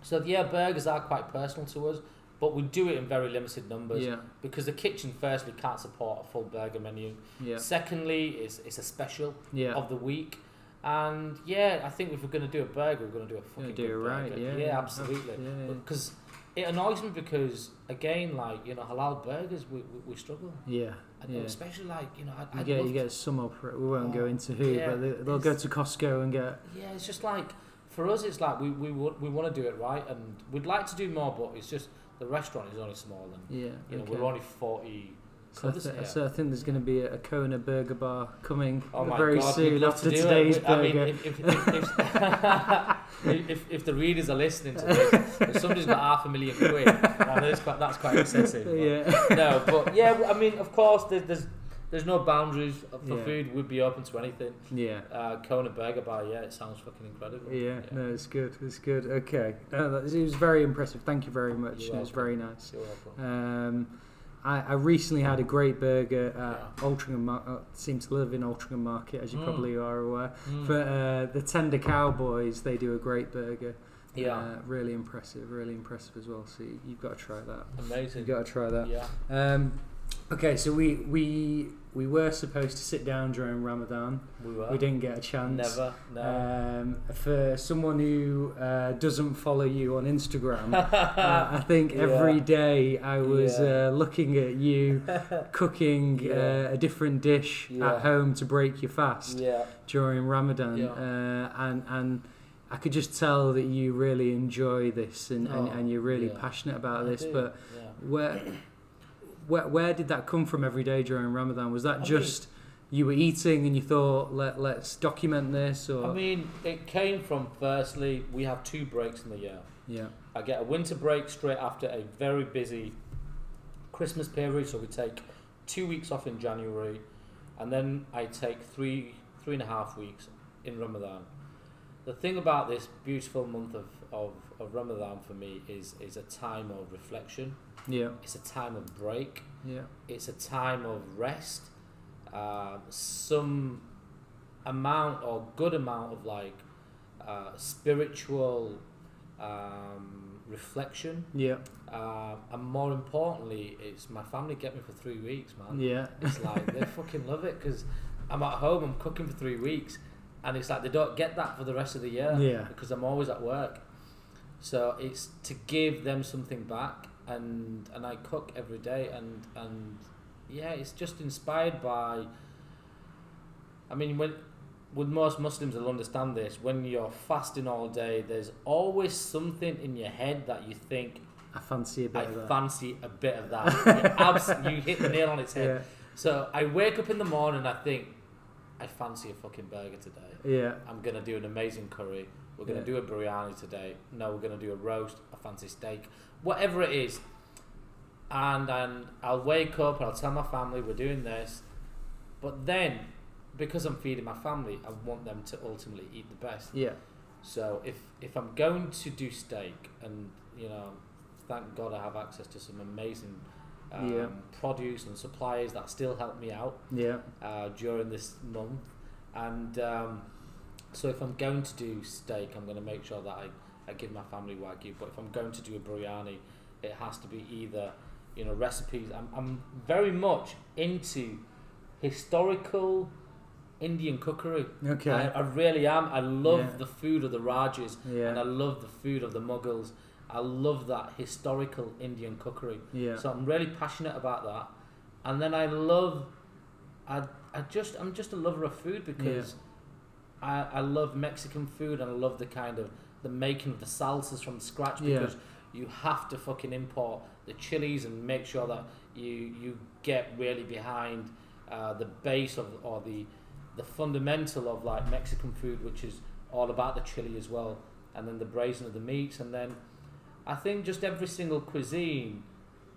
So yeah, burgers are quite personal to us, but we do it in very limited numbers Yeah, because the kitchen firstly can't support a full burger menu. yeah, Secondly, it's it's a special yeah, of the week. And yeah, I think if we're gonna do a burger, we're gonna do a yeah. fucking Do it good right. burger. Yeah, absolutely. Yeah, Because it annoys me because again, like you know, halal burgers, we we, we struggle, yeah. and yeah. especially like you know, I, You I get love, you get some opera. We won't go Oh, into who, yeah, but they, they'll go it's- to Costco and get yeah, it's just like for us, it's like we we wa- we want to do it right, and we'd like to do more, but it's just the restaurant is only small, and yeah. you know, okay. we're only forty. So I, covers thi- here. so I think there's going to be a, a Kona burger bar coming Oh my very God, we'd soon love after to do today's it. We- I mean, burger. if, if, if, if, if, if the readers are listening to this, if somebody's got half a million quid, now that's quite, that's quite excessive. but- yeah, No, but yeah, I mean, of course, there's there's, there's no boundaries for Yeah. food. We'd be open to anything. yeah, Uh, Kona Burger Bar, yeah, it sounds fucking incredible. yeah. No, it's good. It's good. Okay, no, that, it was very impressive. Thank you very much. You're It was welcome. very nice. You're welcome. Um, I, I recently had a great burger at Yeah. Altrincham. Mar- uh, seem to live in Altrincham Market, as you Mm. probably are aware. Mm. But uh, the Tender Cowboys, they do a great burger. yeah, Uh, really impressive, really impressive as well. So you- you've got to try that. You've amazing. got to try that. Yeah, Um, okay, so we we we were supposed to sit down during Ramadan. we were. We didn't get a chance. Never, no. Um, for someone who uh, doesn't follow you on Instagram, Um, uh, I think Yeah. every day I was Yeah. uh, looking at you cooking Yeah. uh, a different dish Yeah. at home to break your fast yeah, during Ramadan, Yeah. uh, and and I could just tell that you really enjoy this and, and, Oh, and you're really yeah. passionate about I this. do, But yeah. where, where where did that come from every day during Ramadan? Was that I just you were eating and you thought let let's document this or I mean, it came from firstly, we have two breaks in the year. yeah I get a winter break straight after a very busy Christmas period, so we take two weeks off in January, and then I take three three and a half weeks in Ramadan. The thing about this beautiful month of, of, of Ramadan for me is is a time of reflection. yeah It's a time of break. yeah It's a time of rest. Um, some amount or good amount of like uh, spiritual um, reflection yeah um, and more importantly, it's my family get me for three weeks, man. yeah It's like they fucking love it because I'm at home, I'm cooking for three weeks, and it's like they don't get that for the rest of the year Yeah. because I'm always at work. So it's to give them something back, and and I cook every day, and and yeah, it's just inspired by. I mean, when with most Muslims, they'll understand this. When you're fasting all day, there's always something in your head that you think I fancy a bit I of that fancy a bit of that. You abs- you hit the nail on its head. yeah So I wake up in the morning and I think, I fancy a fucking burger today. yeah I'm going to do an amazing curry. We're going Yeah. to do a biryani today. No, we're going to do a roast, a fancy steak, whatever it is. And, and I'll wake up and I'll tell my family we're doing this. But then, because I'm feeding my family, I want them to ultimately eat the best. yeah So if if I'm going to do steak, and you know, thank God I have access to some amazing um, Yeah. produce and suppliers that still help me out yeah uh, during this month, and um, so if I'm going to do steak, I'm going to make sure that I I give my family wagyu. But if I'm going to do a biryani, it has to be either you know recipes. I'm I'm very much into historical Indian cookery. Okay. I, I really am. I love Yeah. the food of the Rajas and I yeah. love the food of the Mughals. I love that historical Indian cookery. Yeah. So I'm really passionate about that. And then I love, I, I just I'm just a lover of food because I, I love Mexican food and I love the kind of the making of the salsas from scratch Yeah. because you have to fucking import the chilies and make sure that you you get really behind uh, the base of or the the fundamental of like Mexican food, which is all about the chili as well, and then the braising of the meats, and then I think just every single cuisine,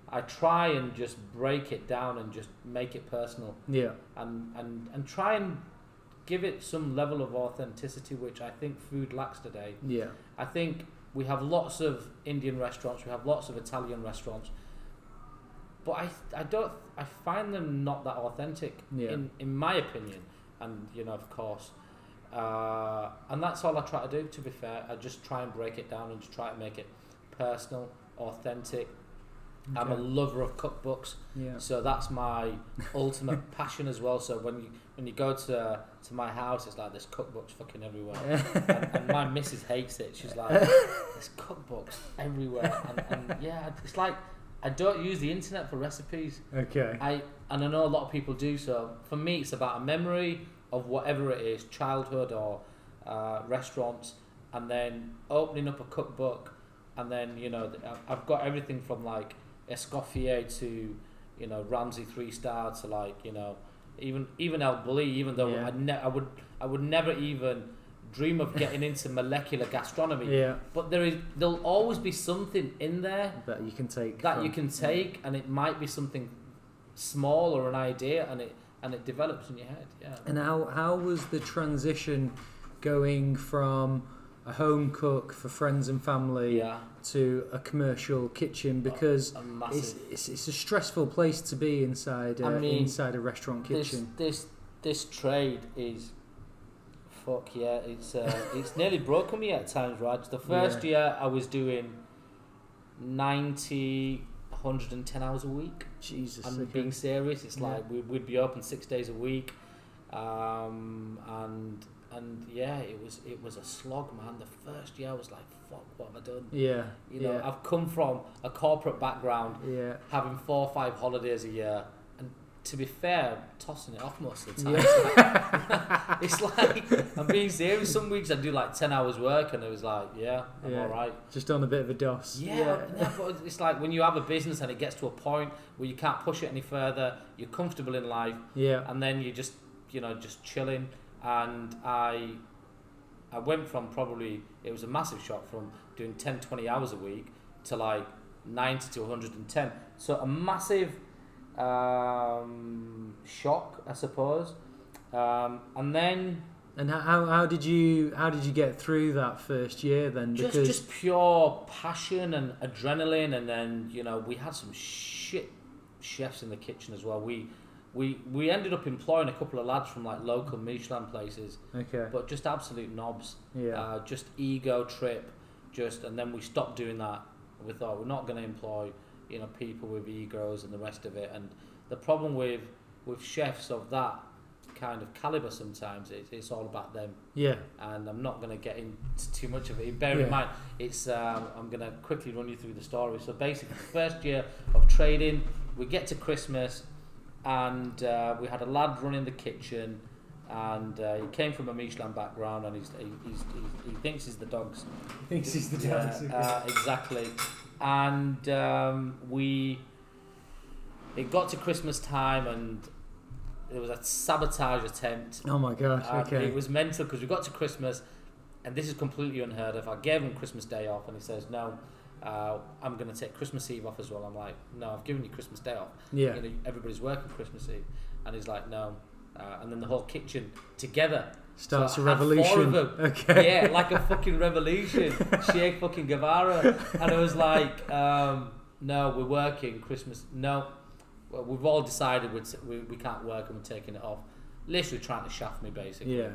I try and just break it down and just make it personal, Yeah. and and and try and give it some level of authenticity, which I think food lacks today. Yeah. I think we have lots of Indian restaurants, we have lots of Italian restaurants, but I, I don't I find them not that authentic Yeah. in in my opinion, and you know of course, uh, and that's all I try to do. To be fair, I just try and break it down and just try to make it personal, authentic. I'm a Okay. lover of cookbooks. Yeah. So that's my ultimate passion as well. So when you when you go to to my house, it's like there's cookbooks fucking everywhere, and, and my missus hates it. She's like, there's cookbooks everywhere, and, and yeah, it's like I don't use the internet for recipes. Okay. I and I know a lot of people do. So for me, it's about a memory of whatever it is, childhood or uh, restaurants, and then opening up a cookbook, and then you know th- I've- I've got everything from like Escoffier to you know Ramsey three star to like you know even even El Bulli, even though Yeah. I ne- I would I would never even dream of getting into molecular gastronomy. Yeah. But there is there'll always be something in there That you can take. that from- you can take, and it might be something small or an idea, and it and it develops in your head. Yeah. And how how was the transition going from a home cook for friends and family yeah. to a commercial kitchen because A it's, massive. it's it's a stressful place to be inside a, I mean, inside a restaurant This kitchen. this this trade is. Fuck yeah! It's uh, it's nearly broken me at times, Raj. The first year I was doing 90, 110 hours a week. Jesus. I'm okay. being serious. It's Yeah. like we, we'd be open six days a week, um, and and yeah, it was it was a slog, man. The first year I was like, fuck, what have I done? yeah. You know, yeah. I've come from a corporate background, yeah. having four or five holidays a year, and to be fair, tossing it off most of the time. It's like, it's like I'm being serious. Some weeks I do like ten hours work, and it was like, yeah, I'm Yeah. all right. Just on a bit of a dos. Yeah, yeah, but it's like when you have a business and it gets to a point where you can't push it any further. You're comfortable in life, Yeah. and then you just you know just chilling. And I, I went from probably it was a massive shock from doing 10, 20 hours a week to like ninety to one hundred and ten. So a massive um, shock, I suppose. Um, and then And how- how how did you how did you get through that first year then? just Because just pure passion and adrenaline and then you know we had some shit chefs in the kitchen as well we we we ended up employing a couple of lads from like local michelin places okay. but just absolute knobs Yeah. uh, just ego trip just and then we stopped doing that we thought we're not going to employ you know people with egos and the rest of it and the problem with with chefs of that kind of caliber sometimes is it's all about them yeah. and I'm not going to get into too much of it. Bear Yeah. in mind, it's um, I'm going to quickly run you through the story. So basically, the first year of trading, we get to Christmas, and uh, we had a lad running the kitchen, and uh, he came from a Michelin background, and he's, he, he's, he, he thinks he's the dogs. Thinks he's the Yeah, dos. uh, exactly. And um, we, it got to Christmas time, and there was a sabotage attempt oh my gosh. and okay. Um, Uh, It was mental because we got to Christmas, and this is completely unheard of. I gave him Christmas Day off, and he says, "No, uh, I'm going to take Christmas Eve off as well." I'm like, "No, I've given you Christmas Day off. yeah. You know, everybody's working Christmas Eve," and he's like, "No," uh, and then the whole kitchen together Starts so a I had four of revolution. them. Okay. yeah, like a fucking revolution. Che fucking Guevara. And it was like, um, no, we're working Christmas. No, well, we've all decided we're t- we, we can't work and we're taking it off. Literally trying to shaft me, basically. Yeah.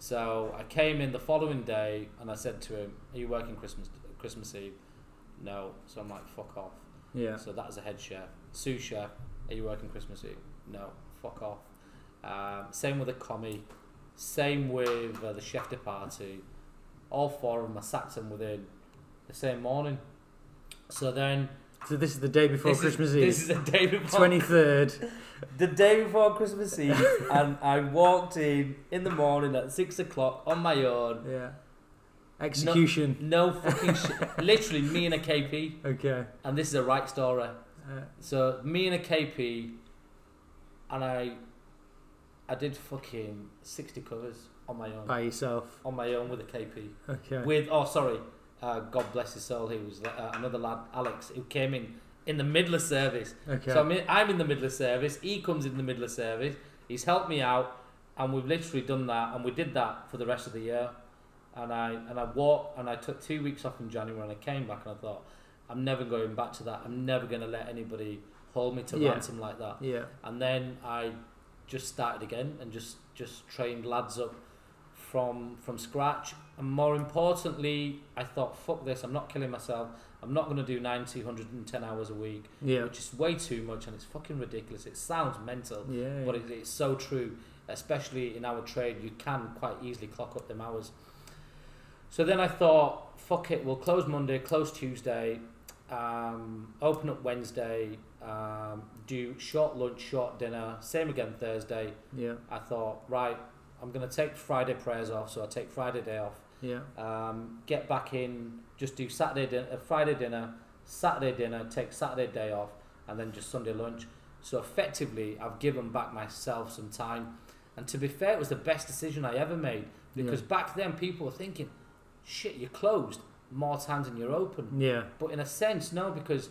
So I came in the following day and I said to him, "Are you working Christmas Christmas Eve?" No. So I'm like, "Fuck off." Yeah. So that was a head chef, sous chef. Are you working Christmas Eve? No. Fuck off. Um, same with the commie. Same with uh, the chef de partie. All four of them I sacked them within the same morning. So then So this is the day before this Christmas is, This is Eve. the day before Twenty third. the day before Christmas Eve, and I walked in in the morning at six o'clock on my own. Yeah. Execution. No fucking shit. Literally, me and a KP, Okay. and this is a right story. Uh, So me and a KP, and I, I did fucking sixty covers on my own, by yourself. on my own with a KP. Okay. With oh sorry, uh, God bless his soul. He was uh, another lad, Alex, who came in in the middle of service. okay. So I'm in, I'm in the middle of service. He comes in the middle of service. He's helped me out, and we've literally done that, and we did that for the rest of the year. And I and I walked and I took two weeks off in January, and I came back and I thought, I'm never going back to that. I'm never going to let anybody hold me to Yeah. ransom like that. yeah. And then I just started again and just just trained lads up from from scratch. And more importantly, I thought, fuck this. I'm not killing myself. I'm not going to do 90, 110 hours a week Yeah. which is way too much and it's fucking ridiculous. It sounds mental, Yeah. but it, it's so true, especially in our trade. You can quite easily clock up them hours. So then I thought, fuck it, we'll close Monday, close Tuesday, um, open up Wednesday, um, do short lunch, short dinner, same again Thursday. yeah. I thought, right, I'm going to take Friday prayers off, so I take Friday day off Yeah. um, get back in, just do Saturday din- uh, Friday dinner, Saturday dinner, take Saturday day off, and then just Sunday lunch. So effectively, I've given back myself some time, and to be fair, it was the best decision I ever made because back then people were thinking, "Shit, you're closed more times than you're open." Yeah. But in a sense, no, because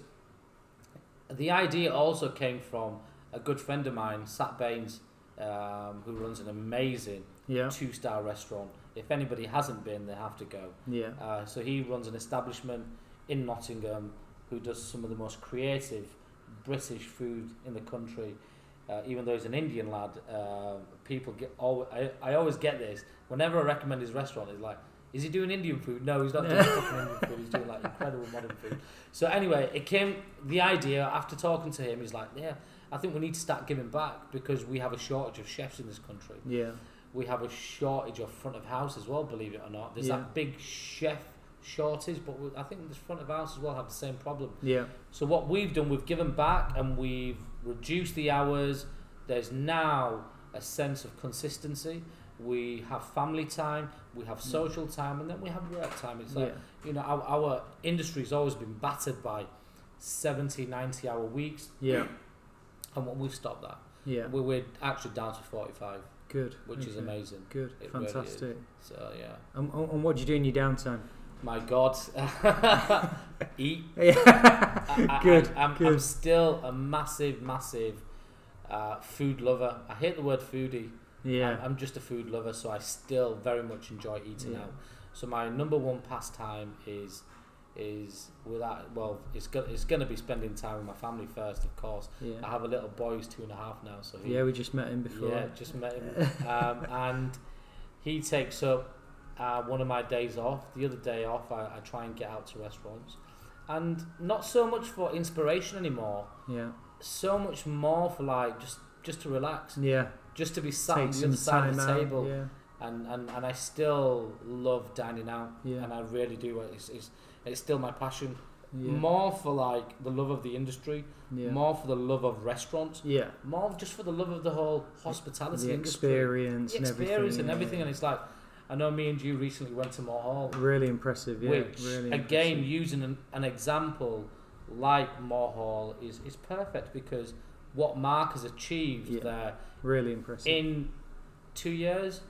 the idea also came from a good friend of mine, Sat Baines, um, who runs an amazing Yeah. two star restaurant. If anybody hasn't been, they have to go. Yeah. Uh, so he runs an establishment in Nottingham who does some of the most creative British food in the country. Uh, even though he's an Indian lad, uh, people get. Al- I, I always get this whenever I recommend his restaurant. It's like, is he doing Indian food? No, he's not doing fucking Indian food. He's doing like incredible modern food. So anyway, it came the idea after talking to him. He's like, yeah, I think we need to start giving back because we have a shortage of chefs in this country Yeah. we have a shortage of front of house as well, believe it or not. There's Yeah. that big chef shortage, but we, I think this front of house as well have the same problem. Yeah. So what we've done, we've given back and we've reduced the hours. There's now a sense of consistency. We have family time, we have social time, and then we have work time. It's like, Yeah. you know, our, our industry's always been battered by 70, 90 hour weeks, Yeah. and what we've stopped that. Yeah. We're, we're actually down to 45, Good. which is Okay. amazing. Good. It really is. Fantastic. So, yeah. and, and and what do you do in your downtime? My God, eat. Yeah. I- I, Good, I, am I'm good. still a massive, massive uh, food lover. I hate the word foodie. I'm, yeah. I'm just a food lover, so I still very much enjoy eating Yeah. out. So my number one pastime is is without well, it's go, it's going to be spending time with my family first, of course. I Yeah. have a little boy who's two and a half now, so he, Yeah. We just met him before. yeah, just met him. um, and he takes up uh, one of my days off. The other day off, I, I try and get out to restaurants. And not so much for inspiration anymore, Yeah. so much more for like just just to relax, Yeah. just to be sat on Take the some other side time of the out. table. Yeah. And, and, and I still love dining out, Yeah. and I really do. It's, it's, it's still my passion. Yeah. More for like the love of the industry, yeah. more for the love of restaurants, yeah. more just for the love of the whole hospitality The industry experience the and experience everything. and yeah. everything, and it's like, I know me and you recently went to Moore Hall, Really impressive. Yeah. which really again, impressive. using an, an example like Moore Hall is is perfect because what Mark has achieved Yeah. there really impressive. in two years,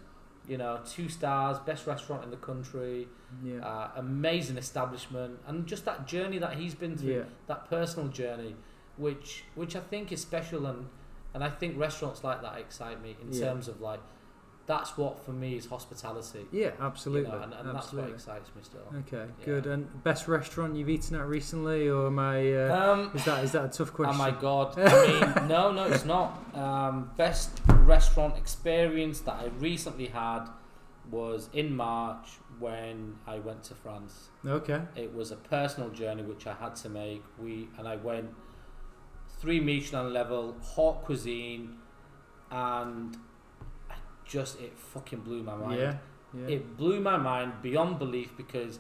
you know, two stars, best restaurant in the country, yeah. uh, amazing establishment, and just that journey that he's been through yeah. that personal journey, which which I think is special and and I think restaurants like that excite me in Yeah. terms of like that's what for me is hospitality. Yeah. you Absolutely. know, and and that's what absolutely. excites me still. Okay, Yeah. good. And best restaurant you've eaten at recently, or am I? Uh, Um, is that is that a tough oh question? my god! I mean, no, no, it's not. Um, best restaurant experience that I recently had was in March when I went to France. Okay. It was a personal journey which I had to make. We and I went three Michelin level hot cuisine, and I just it fucking blew my mind. Yeah. Yeah. It blew my mind beyond belief because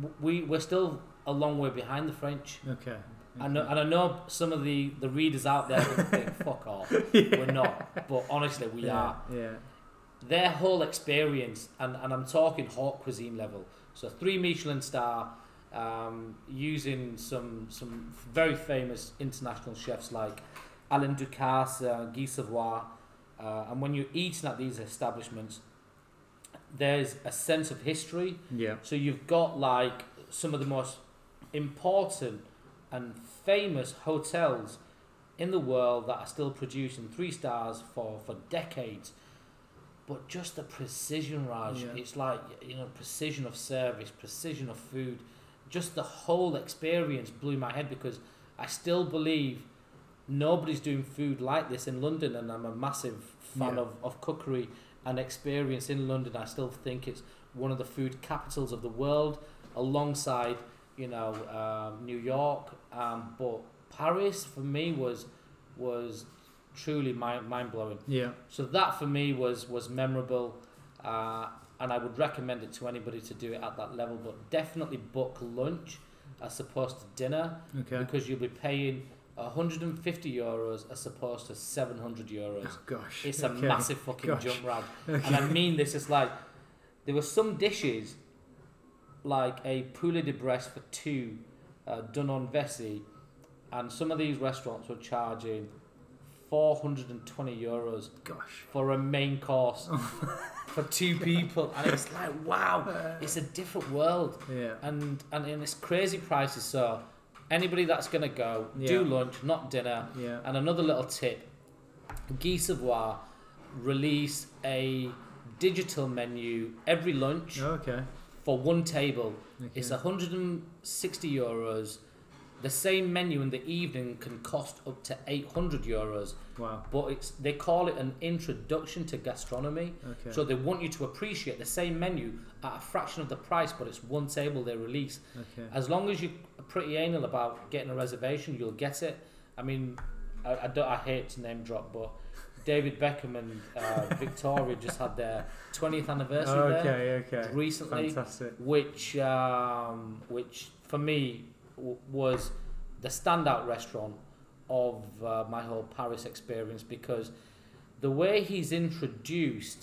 w- we we're still a long way behind the French. okay. I know, and I know some of the, the readers out there will think, fuck off, we're not. But honestly, we yeah. are. Yeah. Their whole experience, and, and I'm talking hot cuisine level, so three Michelin star, um, using some some very famous international chefs like Alain Ducasse, uh, Guy Savoy. Uh, and when you're eating at these establishments, there's a sense of history. Yeah. So you've got like some of the most important and famous hotels in the world that are still producing three stars for, for decades. But just the precision, Raj, Yeah. it's like, you know, precision of service, precision of food. Just the whole experience blew my head because I still believe nobody's doing food like this in London, and I'm a massive fan Yeah. of, of cookery and experience in London. I still think it's one of the food capitals of the world, alongside you know um, New York. Um, but Paris for me was was truly mind mind blowing. Yeah. So that for me was was memorable, uh, and I would recommend it to anybody to do it at that level. But definitely book lunch as opposed to dinner Okay. because you'll be paying 150 euros as opposed to 700 euros. Oh gosh. It's a okay. massive fucking Gosh. jump round. Okay. And I mean this, it's like there were some dishes like a poulet de Brest for two uh, done on Vessi, and some of these restaurants were charging 420 euros Gosh. for a main course for two people. And it's like, wow, it's a different world Uh, Yeah. and and in this crazy prices. So anybody that's gonna go, do Yeah. lunch, not dinner. Yeah. And another little tip: Guy Savoy release a digital menu every lunch Oh, Okay. for one table. okay. It's 160 euros. The same menu in the evening can cost up to 800 euros, wow. but it's they call it an introduction to gastronomy. Okay. So they want you to appreciate the same menu at a fraction of the price, but it's one table they release. okay. As long as you're pretty anal about getting a reservation, you'll get it. I mean, I, I, don't, I hate to name drop, but David Beckham and uh, Victoria just had their 20th anniversary there Oh, okay. Okay. recently, Fantastic. which um, which for me w- was the standout restaurant of uh, my whole Paris experience because the way he's introduced.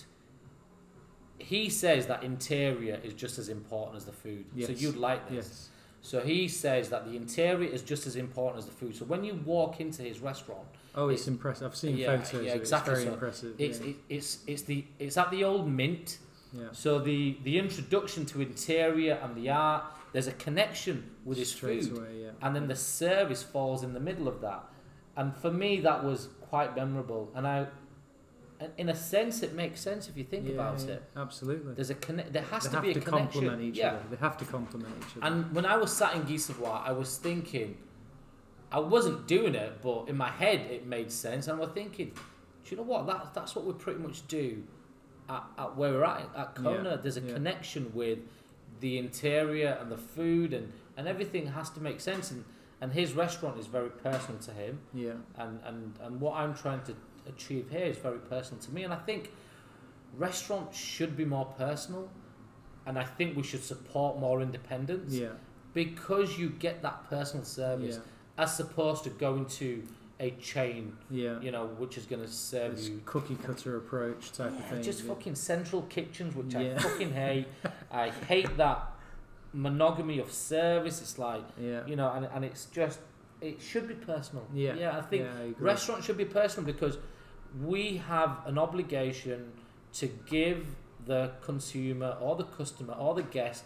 He says that interior is just as important as the food. So Yes. you'd like this. Yes. So he says that the interior is just as important as the food. So when you walk into his restaurant, Oh, it's, It's- impressive. I've seen yeah, photos. yeah, of it. exactly It's so. very impressive. it's yeah. it, it's it's the it's at the old Mint. yeah. So the the introduction to interior and the art, there's a connection with his Straight food, away. Yeah. and then the service falls in the middle of that. And for me, that was quite memorable. And I, and in a sense, it makes sense if you think Yeah, about yeah, it. Absolutely. There's a connect. There has they to have be a to connection. complement each yeah. other. They have to complement each other. And when I was sat in Guy Savoy, I was thinking, I wasn't doing it, but in my head it made sense. And we're thinking, do you know what? That, that's what we pretty much do at, at where we're at, at Kona. Yeah, There's a yeah. connection with the interior and the food, and, and everything has to make sense. And, and his restaurant is very personal to him yeah. and, and, and what I'm trying to achieve here is very personal to me. And I think restaurants should be more personal, and I think we should support more independence Yeah. because you get that personal service Yeah. as opposed to going to a chain, Yeah. you know, which is going to serve This you. cookie cutter approach type of Yeah, thing. just yeah. fucking central kitchens, which I Yeah. fucking hate. I hate that monogamy of service. It's like, Yeah. you know, and, and it's just, it should be personal. Yeah. Yeah, I think yeah, I agree. Restaurants should be personal because we have an obligation to give the consumer or the customer or the guest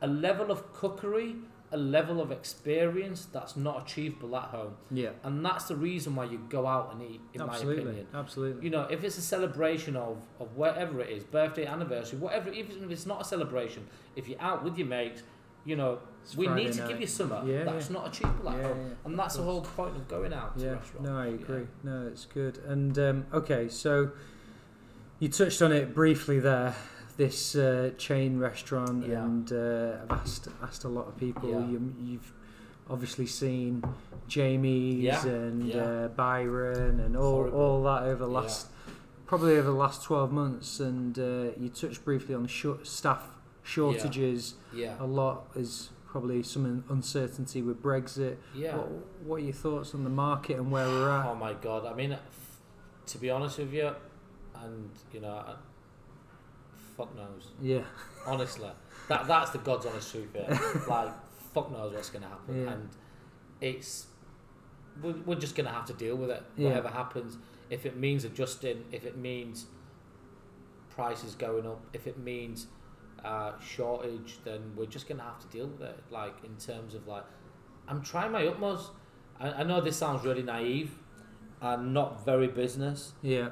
a level of cookery, a level of experience that's not achievable at home. Yeah. And that's the reason why you go out and eat, in absolutely. my opinion. Absolutely. You know, if it's a celebration of, of whatever it is, birthday, anniversary, whatever, even if it's not a celebration, if you're out with your mates, you know, It's we Friday need to night. give you oh, summer Yeah, that's not achievable at yeah, home. yeah, And that's the course. whole point of going out to yeah. restaurants. No, I Yeah. agree. No, it's good. And um, okay, so You touched on it briefly there. This uh, chain restaurant, Yeah. and uh, I've asked asked a lot of people. Yeah. You, you've obviously seen Jamie's Yeah, and yeah. Uh, Byron and all Horrible. all that over the Yeah. last probably over the last twelve months. And uh, you touched briefly on short staff shortages. Yeah. A lot is probably some un- uncertainty with Brexit. Yeah. What, what are your thoughts on the market and where we're at? Oh my god! I mean, to be honest with you, and you know, I, fuck knows. Yeah, Honestly, that that's the god's honest truth here. like, fuck knows what's gonna happen, Yeah. and it's we're, we're just gonna have to deal with it. Yeah. Whatever happens, if it means adjusting, if it means prices going up, if it means uh, shortage, then we're just gonna have to deal with it. Like in terms of like, I'm trying my utmost. I, I know this sounds really naive and not very business. yeah,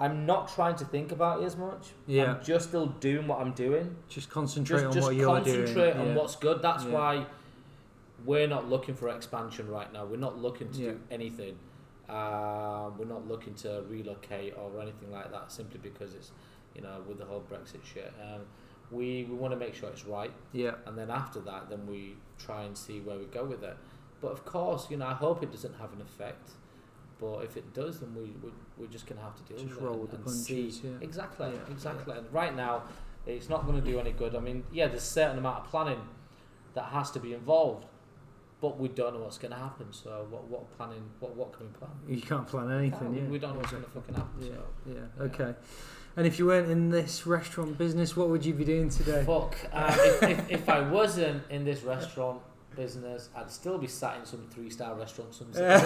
I'm not trying to think about it as much. yeah. I'm just still doing what I'm doing. Just concentrate just on just what you're concentrate doing. on yeah. what's good. That's Yeah. why we're not looking for expansion right now. We're not looking to do anything. Uh, we're not looking to relocate or anything like that. Simply because it's you know with the whole Brexit shit. Um, we we want to make sure it's right, yeah, and then after that, then we try and see where we go with it. But of course, you know, I hope it doesn't have an effect. But if it does, then we, we we're just gonna have to deal just with roll it with the and, and see punches. Yeah. Exactly, Yeah, exactly. And right now, it's not going to do any good. I mean, yeah, there's a certain amount of planning that has to be involved, but we don't know what's going to happen. So, what, what planning? What what can we plan? You can't plan anything. we, yeah. we don't know what's going to Exactly. fucking happen. Yeah. So. Yeah. yeah. Okay. And if you weren't in this restaurant business, what would you be doing today? Fuck. Um, if, if, if I wasn't in this restaurant business, I'd still be sat in some three star restaurant somewhere.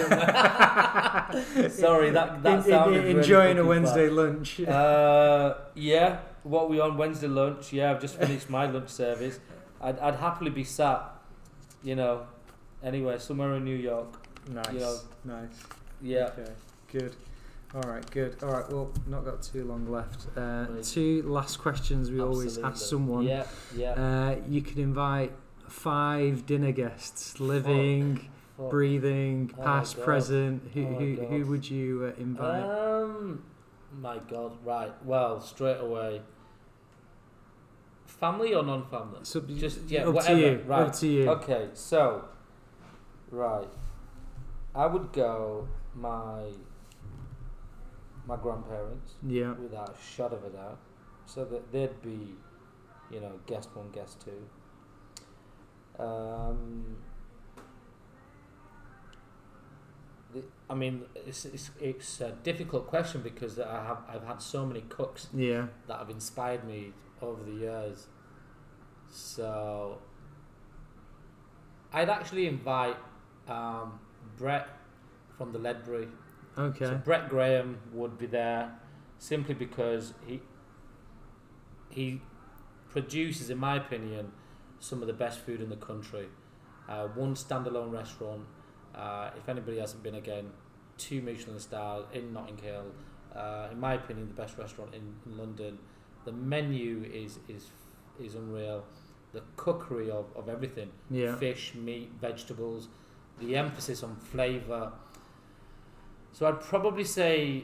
Sorry, that that In- in- sounded really enjoying a fucking Wednesday bad. lunch. Uh, yeah, what we on Wednesday lunch? Yeah, I've just finished my lunch service. I'd, I'd happily be sat, you know, anywhere somewhere in New York. nice. you know. nice. Yeah, Okay. Good. All right. Good. All right. Well, not got too long left. Uh, Right. two last questions we always absolutely. ask someone. Yeah, yeah. Uh, you could invite five dinner guests, living, Fuck. breathing, Oh my past, God. present. Who, Oh my who, God. who would you uh, invite? Um, my God, right. Well, straight away. Family or non-family? So, just- yeah, up whatever, to you. right. Up to you. Okay, so, right, I would go my my grandparents. Yeah. without a shot of a doubt. So that they'd be, you know, guest one, guest two. Um, the, I mean, it's, it's, it's a difficult question because I have I've had so many cooks Yeah. that have inspired me over the years. So I'd actually invite um, Brett from the Ledbury Okay. so Brett Graham would be there simply because he he produces, in my opinion, some of the best food in the country. Uh, one standalone restaurant. Uh, if anybody hasn't been again, two Michelin stars in Notting Hill. Uh, in my opinion, the best restaurant in, in London. The menu is is is unreal. The cookery of, of everything yeah. fish, meat, vegetables, the emphasis on flavour. So I'd probably say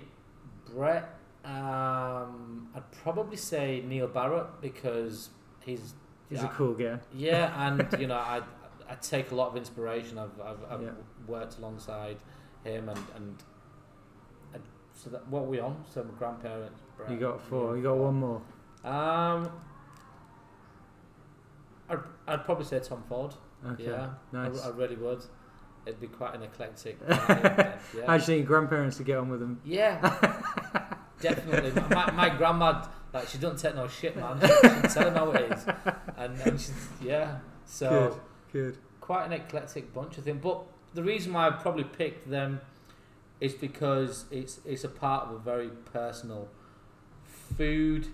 Brett. Um, I'd probably say Neil Barrett because he's He's yeah, a cool guy. yeah, and you know I I take a lot of inspiration. I've I've, I've Yeah. worked alongside him and and. and So that, what are we on? So my grandparents. Brett, You got four. Neil, You got Barrett. one more. Um, I'd, I'd probably say Tom Ford. Okay. Yeah, I- Nice. I, really would. It'd be quite an eclectic. uh, yeah. How do you think your grandparents would get on with them? yeah, definitely. My, my, my grandma, like, she don't take no shit, man. She, she tell them how it is, and, and she's yeah. So Good. quite an eclectic bunch, I think. But the reason why I probably picked them is because it's it's a part of a very personal food.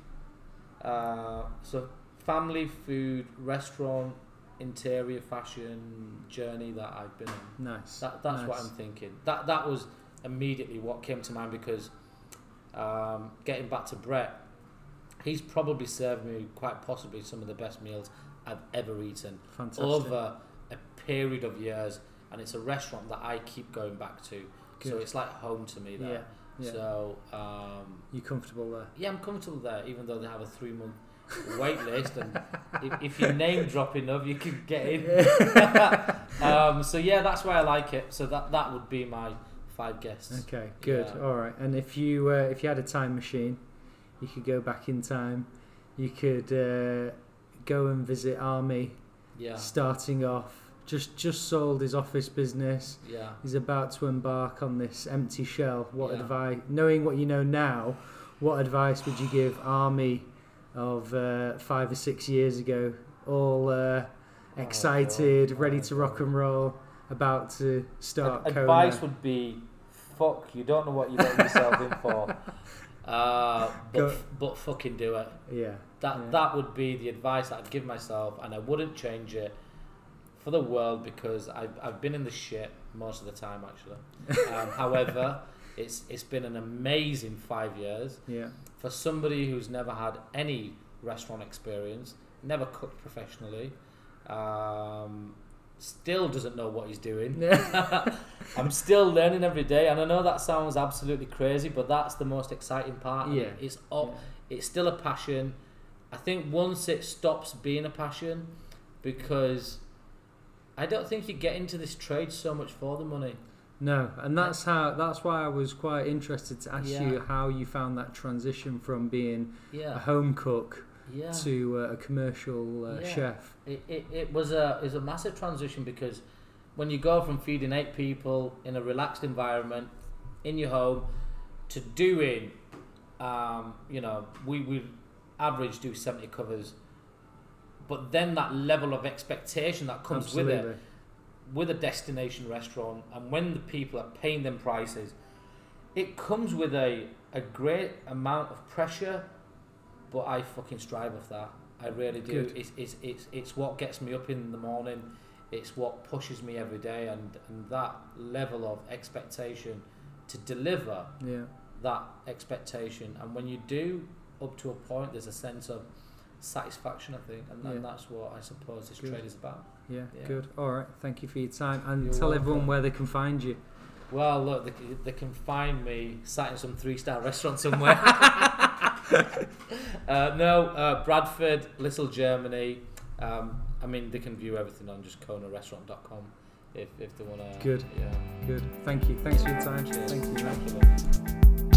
Uh, so family food, restaurant, interior fashion journey that I've been on. Nice. That, that's what Nice. I'm thinking. That that was immediately what came to mind because um, getting back to Brett, he's probably served me quite possibly some of the best meals I've ever eaten Fantastic. over a period of years, and it's a restaurant that I keep going back to. So Good. it's like home to me. Yeah. There, Yeah. So um, you comfortable there? yeah, I'm comfortable there, even though they have a three month wait list, and if, if you name drop enough, you can get in. um, so yeah, that's why I like it. So that that would be my five guests. Okay, good. Yeah. All right. And if you uh, if you had a time machine, you could go back in time. You could uh, go and visit Army, Yeah, starting off just just sold his office business. yeah, He's about to embark on this empty shell. What Yeah. advice, knowing what you know now, what advice would you give Army of uh, five or six years ago, all uh, Oh, excited, God. ready Oh, to rock and roll, about to start? Ad- Kona? advice would be, fuck, you don't know what you're letting yourself in for. Uh, but, Go- f- but fucking do it. yeah, That Yeah. that would be the advice I'd give myself, and I wouldn't change it for the world because I've, I've been in the shit most of the time actually. Um, however, it's it's been an amazing five years yeah, for somebody who's never had any restaurant experience, never cooked professionally, um, still doesn't know what he's doing. I'm still learning every day, and I know that sounds absolutely crazy, but that's the most exciting part. and Yeah. it's up it's still a passion. I think once it stops being a passion, because I don't think you get into this trade so much for the money. No, and that's how. That's why I was quite interested to ask you Yeah. how you found that transition from being a Yeah, home cook yeah. to uh, a commercial uh, Yeah. chef. It, it, it was a is a massive transition because when you go from feeding eight people in a relaxed environment in your home to doing, um, you know, we we average do seventy covers, but then that level of expectation that comes Absolutely. with it. with a destination restaurant and when the people are paying them prices, it comes with a, a great amount of pressure, but I fucking strive off that. I really do. Good. It's, it's, it's, it's what gets me up in the morning, it's what pushes me every day, and, and that level of expectation to deliver Yeah. that expectation. And when you do, up to a point, there's a sense of satisfaction, I think, and, and Yeah. that's what I suppose this Good. trade is about. Yeah, Yeah. good. All right, thank you for your time, and You're tell everyone welcome. where they can find you. Well, look, they, c- they can find me sat in some three-star restaurant somewhere. uh, no, uh, Bradford, Little Germany. Um, I mean, they can view everything on just konarestaurant.com if, if they want to. Good. Yeah. Good. Thank you. Thanks for your time. Cheers. Thank you. man. Thank you.